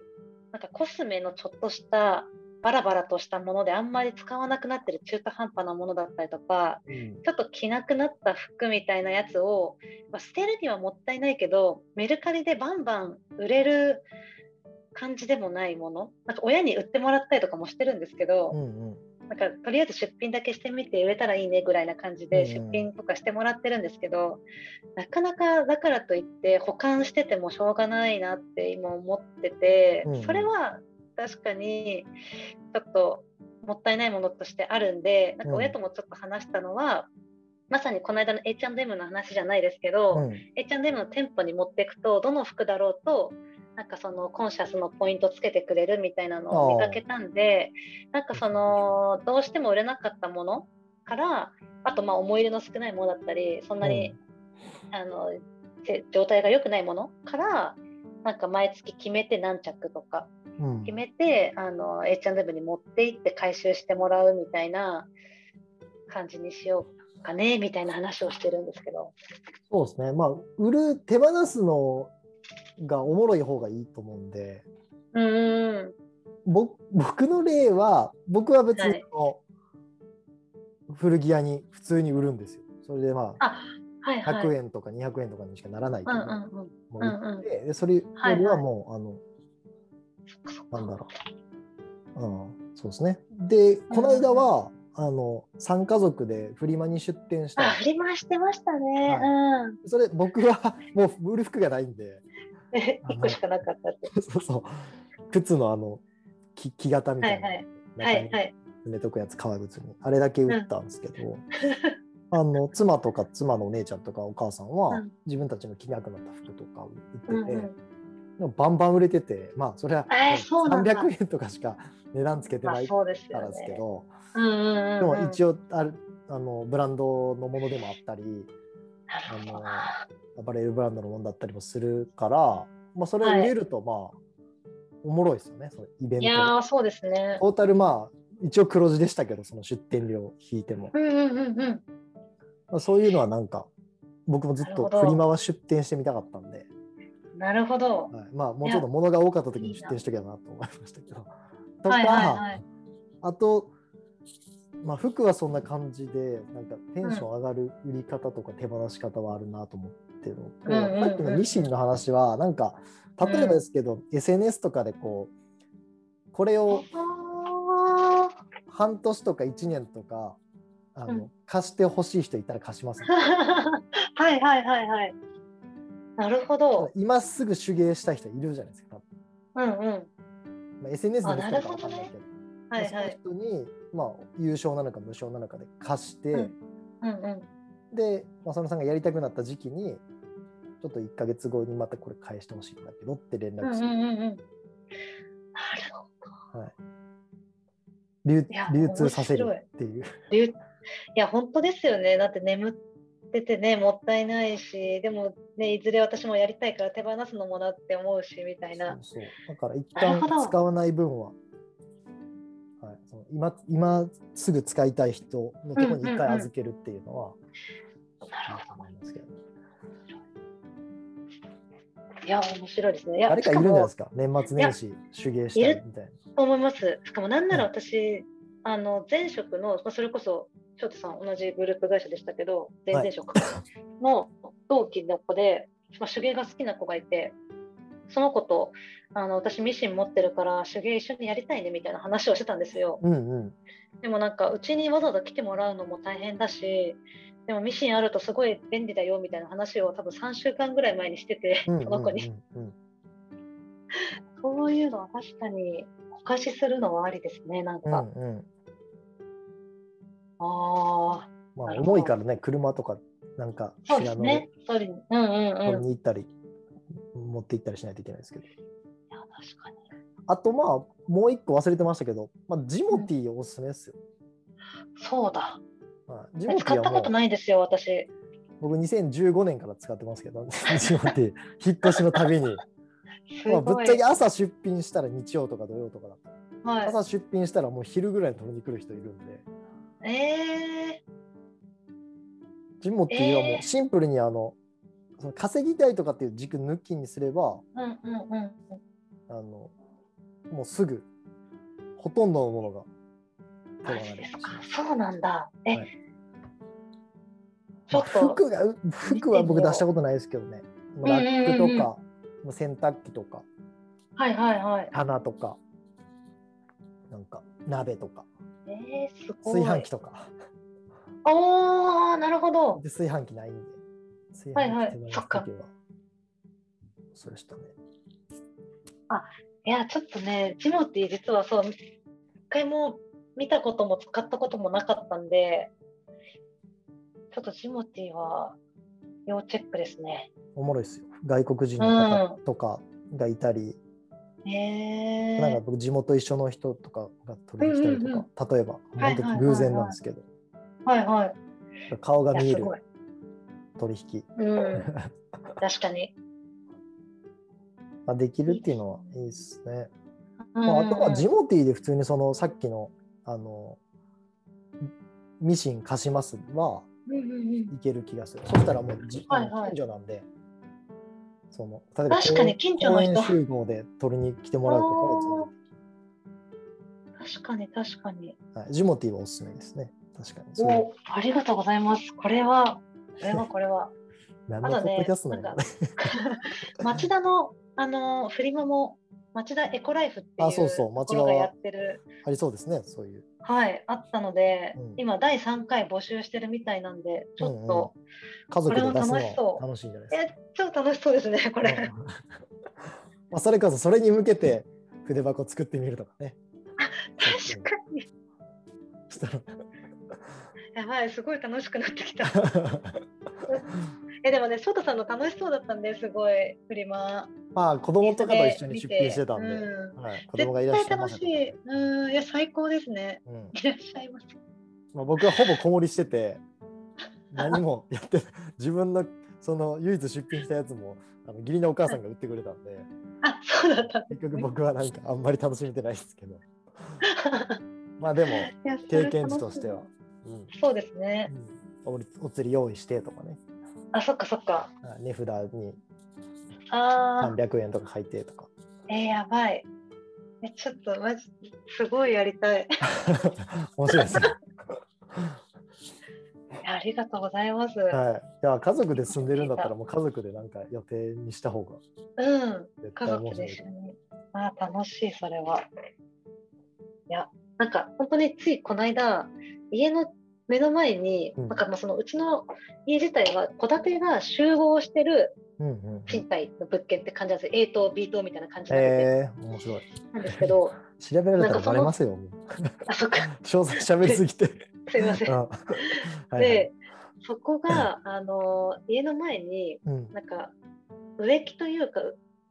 [SPEAKER 2] なんかコスメのちょっとしたバラバラとしたものであんまり使わなくなってる中途半端なものだったりとか
[SPEAKER 3] うん
[SPEAKER 2] ちょっと着なくなった服みたいなやつを、まあ、捨てるにはもったいないけどメルカリでバンバン売れる感じでもないものなんか親に売ってもらったりとかもしてるんですけど、
[SPEAKER 3] うんうん
[SPEAKER 2] なんかとりあえず出品だけしてみて売れたらいいねぐらいな感じで
[SPEAKER 3] うんう
[SPEAKER 2] 出
[SPEAKER 3] ん
[SPEAKER 2] 品とかしてもらってるんですけど、なかなかだからといって保管しててもしょうがないなって今思ってて、
[SPEAKER 3] うんうん
[SPEAKER 2] それは確かにちょっともったいないものとしてあるんでなんか親ともちょっと話したのは、まさにこの間の H&M の話じゃないですけど、
[SPEAKER 3] うん
[SPEAKER 2] H&M の店舗に持っていくとどの服だろうとなんかそのコンシャスのポイントつけてくれるみたいなのを見かけたんでなんかそのどうしても売れなかったものからあとまあ思い入れの少ないものだったりそんなに、あのぜ状態が良くないものからなんか毎月決めて何着とか
[SPEAKER 3] うん
[SPEAKER 2] 決めてあの H&M に持って行って回収してもらうみたいな感じにしようかねみたいな話をしてるんですけど。
[SPEAKER 3] そうですね。まあ、売る、手放すのがおもろい方がいいと思うんで、
[SPEAKER 2] うーん
[SPEAKER 3] ぼ僕の例は、僕は別
[SPEAKER 2] は
[SPEAKER 3] に
[SPEAKER 2] い
[SPEAKER 3] あの古着屋に普通に売るんですよ。それでまあ、
[SPEAKER 2] あはいはい。
[SPEAKER 3] 100円とか200円とかにしかならないけ
[SPEAKER 2] う
[SPEAKER 3] ど、
[SPEAKER 2] んうんうん。
[SPEAKER 3] も
[SPEAKER 2] う
[SPEAKER 3] う
[SPEAKER 2] ん
[SPEAKER 3] 売って、でそれよりはもう、
[SPEAKER 2] そっかそっ
[SPEAKER 3] あ
[SPEAKER 2] か。
[SPEAKER 3] の、なんだろう。うん、そうですね。で、この間は、あの、3家族でフリマに出店した
[SPEAKER 2] あ
[SPEAKER 3] ん
[SPEAKER 2] 振
[SPEAKER 3] で
[SPEAKER 2] り回してましたね。
[SPEAKER 3] はいそれ僕はもう売る服がないんで、
[SPEAKER 2] うん。え
[SPEAKER 3] あの
[SPEAKER 2] 一個しかなかったって。
[SPEAKER 3] そうそう。靴のあの、木木型みたいな。
[SPEAKER 2] はいは
[SPEAKER 3] 中に
[SPEAKER 2] いはい。
[SPEAKER 3] 詰めとくやつ革靴にあれだけ売ったんですけど、 あの妻とか妻のお姉ちゃんとかお母さんは、
[SPEAKER 2] うん
[SPEAKER 3] 自分たちの着なくなった服とかを
[SPEAKER 2] うん
[SPEAKER 3] 売
[SPEAKER 2] う
[SPEAKER 3] ってて、
[SPEAKER 2] ん。
[SPEAKER 3] でもバンバン売れててまあそれは
[SPEAKER 2] えーそうなんだ
[SPEAKER 3] 300円とかしか値段つけて
[SPEAKER 2] ま
[SPEAKER 3] な
[SPEAKER 2] あ
[SPEAKER 3] いか
[SPEAKER 2] そうですよ
[SPEAKER 3] らですけ
[SPEAKER 2] ね。
[SPEAKER 3] ど、
[SPEAKER 2] うんうんうんうん。
[SPEAKER 3] でも一
[SPEAKER 2] 応。
[SPEAKER 3] 応あるあのブランドのものでもあったり あのアパレルブランドのものだったりもするから、まあ、それを売れるとまあ、おもろいですよねそのイベ
[SPEAKER 2] い
[SPEAKER 3] ントで
[SPEAKER 2] やーそうですね。
[SPEAKER 3] トータルまあ一応黒字でしたけどその出店料引いても
[SPEAKER 2] う、んうんうんうん。
[SPEAKER 3] まあ、そういうのはなんか僕もずっと
[SPEAKER 2] なるほど
[SPEAKER 3] フリマは出店してみたかったんで、
[SPEAKER 2] なるほど。
[SPEAKER 3] はい、まあもうちょっと物が多かった時に出店しときゃなと思いました けど。とか、
[SPEAKER 2] はいはいはい。
[SPEAKER 3] あと、まあ、服はそんな感じでなんかテンション上がる売り方とか手放し方はあるなと思ってるのと、
[SPEAKER 2] うんうんうん
[SPEAKER 3] さっきのミシンの話はなんか例えばですけど、SNS とかでこうこれを
[SPEAKER 2] あ
[SPEAKER 3] 半年とか1年とかあの、
[SPEAKER 2] うん
[SPEAKER 3] 貸してほしい人いたら貸 します、
[SPEAKER 2] ーはいはいはいはい。なるほど。
[SPEAKER 3] 今すぐ手芸したい人いるじゃないですか、
[SPEAKER 2] うんうん。
[SPEAKER 3] まあ、SNS でできたのかわ
[SPEAKER 2] あ
[SPEAKER 3] かんないけどま
[SPEAKER 2] は
[SPEAKER 3] あ
[SPEAKER 2] いはい。
[SPEAKER 3] その人に、まあ、優勝なのか無償なのかで貸して、
[SPEAKER 2] うんうんうん。
[SPEAKER 3] で浅野さんがやりたくなった時期にちょっと1か月後にまたこれ返してほしいんだけどって連
[SPEAKER 2] うん
[SPEAKER 3] 絡
[SPEAKER 2] う
[SPEAKER 3] す
[SPEAKER 2] んう
[SPEAKER 3] る、
[SPEAKER 2] んうん。なるほど
[SPEAKER 3] 流
[SPEAKER 2] いや
[SPEAKER 3] 流通させるっていう
[SPEAKER 2] 流いや本当ですよねだって眠っててねもったいないしでもねいずれ私もやりたいから手放すのもなって思うしみたいな
[SPEAKER 3] そうそうだから一
[SPEAKER 2] なるほ
[SPEAKER 3] 旦
[SPEAKER 2] ど
[SPEAKER 3] 使わない分は、はい、その今今すぐ使いたい人のところに一回預けるっていうのは、いいと思いますけど
[SPEAKER 2] いや面白いですねいや
[SPEAKER 3] 誰かいるんじゃないですか年末年始手芸した
[SPEAKER 2] い
[SPEAKER 3] い
[SPEAKER 2] る
[SPEAKER 3] みたいな
[SPEAKER 2] しかもと思いますしかもなんなら私、あの前職のまあそれこそ翔太さん同じグループ会社でしたけど前々職の同期の子で、まあ、手芸が好きな子がいてその子とあの私ミシン持ってるから手芸一緒にやりたいねみたいな話をしてたんですよ。
[SPEAKER 3] うんうん
[SPEAKER 2] でもなんかうちにわざわざ来てもらうのも大変だしでもミシンあるとすごい便利だよみたいな話を多分3週間ぐらい前にしてて、
[SPEAKER 3] うんうん
[SPEAKER 2] その子に
[SPEAKER 3] うんうん
[SPEAKER 2] そういうのは確かにお貸しするのはありですねなん
[SPEAKER 3] う
[SPEAKER 2] か、
[SPEAKER 3] んうん
[SPEAKER 2] ああ
[SPEAKER 3] まあ
[SPEAKER 2] なるほど
[SPEAKER 3] 重いからね車とかなんか
[SPEAKER 2] そう
[SPEAKER 3] 知
[SPEAKER 2] で
[SPEAKER 3] ら
[SPEAKER 2] す
[SPEAKER 3] ない
[SPEAKER 2] ねそれにうんうん
[SPEAKER 3] 取
[SPEAKER 2] う
[SPEAKER 3] り
[SPEAKER 2] ん
[SPEAKER 3] に行ったり、持って行ったりしないといけないですけど
[SPEAKER 2] いや確かに
[SPEAKER 3] あとまあもう一個忘れてましたけど、まあ、ジモティーおすすめですよ、
[SPEAKER 2] そうだ
[SPEAKER 3] はいジモテ
[SPEAKER 2] 使
[SPEAKER 3] ィー
[SPEAKER 2] った
[SPEAKER 3] はも
[SPEAKER 2] こ
[SPEAKER 3] う
[SPEAKER 2] とないですよ私
[SPEAKER 3] 僕2015年から使ってますけど ジモティー引っ越しのたびに、
[SPEAKER 2] す
[SPEAKER 3] ま
[SPEAKER 2] ご
[SPEAKER 3] あ、
[SPEAKER 2] い、
[SPEAKER 3] ぶっちゃけ朝出品したら日曜とか土曜とかだった
[SPEAKER 2] はい
[SPEAKER 3] 朝出品したらもう昼ぐらいに取りに来る人いるんで
[SPEAKER 2] え
[SPEAKER 3] ジモティーはも
[SPEAKER 2] え
[SPEAKER 3] う
[SPEAKER 2] ー
[SPEAKER 3] シンプルにあのその稼ぎたいとかっていう軸抜きにすれば
[SPEAKER 2] ー、うんうんうん
[SPEAKER 3] あのもうすぐほとんどのものが手
[SPEAKER 2] マ
[SPEAKER 3] 放
[SPEAKER 2] ジ
[SPEAKER 3] れ
[SPEAKER 2] で
[SPEAKER 3] てし
[SPEAKER 2] す
[SPEAKER 3] まう
[SPEAKER 2] かそうなんだえ、
[SPEAKER 3] はい
[SPEAKER 2] ちょっと、
[SPEAKER 3] まあ服がう服は僕出したことないですけどね
[SPEAKER 2] ん
[SPEAKER 3] ラック
[SPEAKER 2] うんうん
[SPEAKER 3] とか、洗濯機とか
[SPEAKER 2] はいはいはい
[SPEAKER 3] 棚とかなんか鍋とか
[SPEAKER 2] えー、すごい
[SPEAKER 3] 炊飯器とか
[SPEAKER 2] おー、なるほど。
[SPEAKER 3] で炊飯器ないんで炊
[SPEAKER 2] はいはい
[SPEAKER 3] 飯器手放す時はそうでしたね
[SPEAKER 2] いや、ちょっとね、ジモティー実はそう、一回も見たことも使ったこともなかったんで、ちょっとジモティーは要チェックですね。
[SPEAKER 3] おもろいですよ外国人の方とかがいたり、
[SPEAKER 2] へ
[SPEAKER 3] なんか
[SPEAKER 2] え。
[SPEAKER 3] 僕地元一緒の人とかが取りに来たりとか、
[SPEAKER 2] うんうん
[SPEAKER 3] 例えば
[SPEAKER 2] はいはい
[SPEAKER 3] 本当に偶然なんですけど、
[SPEAKER 2] はいはい。
[SPEAKER 3] 顔が
[SPEAKER 2] い
[SPEAKER 3] 見え
[SPEAKER 2] やす
[SPEAKER 3] る
[SPEAKER 2] ごい。
[SPEAKER 3] 取引
[SPEAKER 2] うん。 確かに。
[SPEAKER 3] ができるっていうのはいいですね。
[SPEAKER 2] うん
[SPEAKER 3] まあ、あとはジモティーで普通にそのさっきのあのミシン貸しますは
[SPEAKER 2] うんうんうん
[SPEAKER 3] いける気がする。そしたらもうじ、
[SPEAKER 2] はいはい
[SPEAKER 3] 近所なんで、その例えば
[SPEAKER 2] 確かに近所の
[SPEAKER 3] 公園
[SPEAKER 2] 人。
[SPEAKER 3] 集合で取りに来てもらうことを全然
[SPEAKER 2] 確かに確かに。
[SPEAKER 3] はい、ジモティーはおすすめですね。確かに。そういう
[SPEAKER 2] おありがとうございます。これは、これはこれは。
[SPEAKER 3] 何
[SPEAKER 2] あと
[SPEAKER 3] のポッド
[SPEAKER 2] ね
[SPEAKER 3] キャストなんだ
[SPEAKER 2] なんか町田の、あのーフリマも、町田エコライフっていう
[SPEAKER 3] あそうそう町田
[SPEAKER 2] とこ
[SPEAKER 3] は
[SPEAKER 2] ろがやってる、
[SPEAKER 3] ありそうですね、そういう。
[SPEAKER 2] はい、あったので、
[SPEAKER 3] うん
[SPEAKER 2] 今、第3回募集してるみたいなんで、ちょっと、
[SPEAKER 3] 家族で出す
[SPEAKER 2] これも
[SPEAKER 3] の
[SPEAKER 2] 楽しそ
[SPEAKER 3] は
[SPEAKER 2] う
[SPEAKER 3] 楽しいんじゃない
[SPEAKER 2] え、超楽しそうですね、こ
[SPEAKER 3] です
[SPEAKER 2] れ。
[SPEAKER 3] か。うん まあそれこそそれに向けて筆箱作ってみるとかね。
[SPEAKER 2] 確かに。
[SPEAKER 3] そしたら
[SPEAKER 2] やばい、すごい楽しくなってきた。え、でもね、翔太さんの楽しそうだったんですごい、フリマ。
[SPEAKER 3] まあ子供とかと一緒に
[SPEAKER 2] 見
[SPEAKER 3] 出
[SPEAKER 2] て
[SPEAKER 3] 品してたんで、
[SPEAKER 2] う
[SPEAKER 3] はい、子供
[SPEAKER 2] 絶
[SPEAKER 3] がいらっし
[SPEAKER 2] 対
[SPEAKER 3] ゃいま
[SPEAKER 2] 楽
[SPEAKER 3] した
[SPEAKER 2] し
[SPEAKER 3] か
[SPEAKER 2] い。
[SPEAKER 3] ら
[SPEAKER 2] うん、いや、最高ですね。
[SPEAKER 3] うん
[SPEAKER 2] いらっしゃいませ。
[SPEAKER 3] まあ、僕はほぼこもりしてて何もやって 自分のその唯一出品したやつもあの義理のお母さんが売ってくれたんで
[SPEAKER 2] あ、そうだ った。
[SPEAKER 3] 結局僕はなんかあんまり楽しめてないですけどまあでも、
[SPEAKER 2] いやそれ
[SPEAKER 3] 経験値としてはうん
[SPEAKER 2] そうですね。
[SPEAKER 3] おりお釣り用意してとかね
[SPEAKER 2] あ、そっかそっか。
[SPEAKER 3] あ値札に
[SPEAKER 2] ああ、
[SPEAKER 3] 300円とか書いてとか
[SPEAKER 2] えーやばい。え、ちょっと、マジ、すごいやり たい。
[SPEAKER 3] 面白いですね、
[SPEAKER 2] ありがとうございます。
[SPEAKER 3] はい、いや家族で住んでるんだったらもう家族でなんか予定にした方が
[SPEAKER 2] うん、
[SPEAKER 3] 絶
[SPEAKER 2] 家
[SPEAKER 3] 対
[SPEAKER 2] 族
[SPEAKER 3] 面
[SPEAKER 2] で
[SPEAKER 3] 白い
[SPEAKER 2] 一緒に。ああ、楽しい、それは。いや、なんか、本当についこの間、家の目の前に、
[SPEAKER 3] うん
[SPEAKER 2] なんか、まあ、そのうちの家自体は、戸建てが集合してる
[SPEAKER 3] うんうんうん
[SPEAKER 2] 賃貸の物件って感じなんですよ。A 棟、B 棟みたいな感じなんで
[SPEAKER 3] えー、面白い
[SPEAKER 2] なんですけど、
[SPEAKER 3] 調べら
[SPEAKER 2] な
[SPEAKER 3] れ
[SPEAKER 2] ん
[SPEAKER 3] たら
[SPEAKER 2] かそ
[SPEAKER 3] バ
[SPEAKER 2] の
[SPEAKER 3] レますよもう
[SPEAKER 2] あ、そっか、
[SPEAKER 3] 詳細しゃべりすぎ て。
[SPEAKER 2] すいません
[SPEAKER 3] うん。は
[SPEAKER 2] で、
[SPEAKER 3] いはい
[SPEAKER 2] そこが、あの家の前に
[SPEAKER 3] うん
[SPEAKER 2] なんか植木というか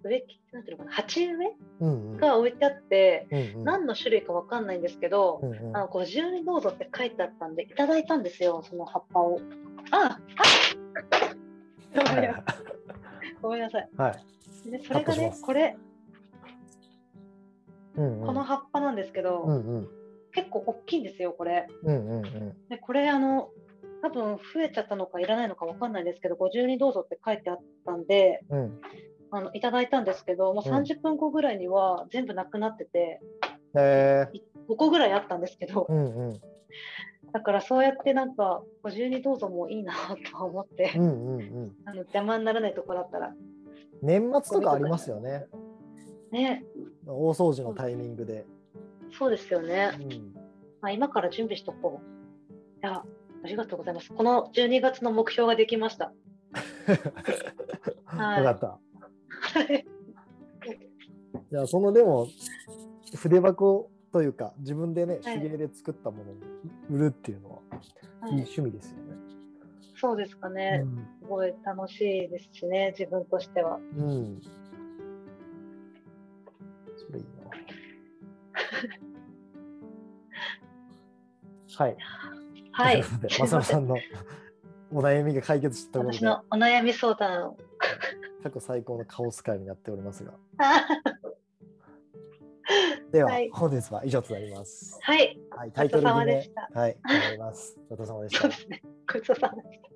[SPEAKER 2] 植木ってなんていうのかな鉢植え
[SPEAKER 3] うんうん
[SPEAKER 2] が置いてあって、
[SPEAKER 3] うんうん
[SPEAKER 2] 何の種類かわかんないんですけど、
[SPEAKER 3] うんうん
[SPEAKER 2] あのご自由にどうぞって書いてあったんでいただいたんですよその葉っぱを。ああ ごめんなさい。
[SPEAKER 3] はい。
[SPEAKER 2] でそれが
[SPEAKER 3] カットしま
[SPEAKER 2] ね
[SPEAKER 3] す
[SPEAKER 2] これ
[SPEAKER 3] うんうん
[SPEAKER 2] この葉っぱなんですけど、
[SPEAKER 3] うんうん
[SPEAKER 2] 結構大きいんですよこれ。
[SPEAKER 3] うんうんうん
[SPEAKER 2] でこれあの多分増えちゃったのかいらないのかわかんないですけどご自由にどうぞって書いてあったんで。
[SPEAKER 3] うん
[SPEAKER 2] あのいただいたんですけど、もう
[SPEAKER 3] うん
[SPEAKER 2] 30分後ぐらいには全部なくなってて、
[SPEAKER 3] えー
[SPEAKER 2] 5個ぐらいあったんですけど
[SPEAKER 3] う、んうん
[SPEAKER 2] だからそうやってなんか、ご自由にどうぞもいいなとは思って、
[SPEAKER 3] うんうんうん
[SPEAKER 2] あの邪魔にならないとこだったら。
[SPEAKER 3] 年末とかありますよね。
[SPEAKER 2] ね、
[SPEAKER 3] 大掃除のタイミングで。
[SPEAKER 2] そうですよね。
[SPEAKER 3] うん
[SPEAKER 2] まあ、今から準備しとこう。いや、ありがとうございます。この12月の目標ができま した。はい
[SPEAKER 3] よかった。
[SPEAKER 2] はい
[SPEAKER 3] じゃあそのでも筆箱というか自分でね
[SPEAKER 2] はい
[SPEAKER 3] 手芸で作ったものを売るっていうのはいい趣味ですよね。
[SPEAKER 2] そうですかね。すごい楽しいですしね、自分としては。
[SPEAKER 3] うん。うんそれいい な。はい。
[SPEAKER 2] はい
[SPEAKER 3] と。うことでマサル さんのお悩みが解決したところ
[SPEAKER 2] 私
[SPEAKER 3] で
[SPEAKER 2] のお悩み相談を。
[SPEAKER 3] 過去最高のカオス会になっておりますが。
[SPEAKER 2] あ
[SPEAKER 3] では、
[SPEAKER 2] はい
[SPEAKER 3] 本日は以上となります。
[SPEAKER 2] はい。
[SPEAKER 3] はい、タ
[SPEAKER 2] ご
[SPEAKER 3] イ
[SPEAKER 2] ちそ
[SPEAKER 3] ト
[SPEAKER 2] う
[SPEAKER 3] ル
[SPEAKER 2] さま
[SPEAKER 3] に
[SPEAKER 2] で
[SPEAKER 3] ね
[SPEAKER 2] した。
[SPEAKER 3] はい、ございます。ごちそうさまでし
[SPEAKER 2] そう
[SPEAKER 3] た
[SPEAKER 2] で。すね。ごちそうさまでした。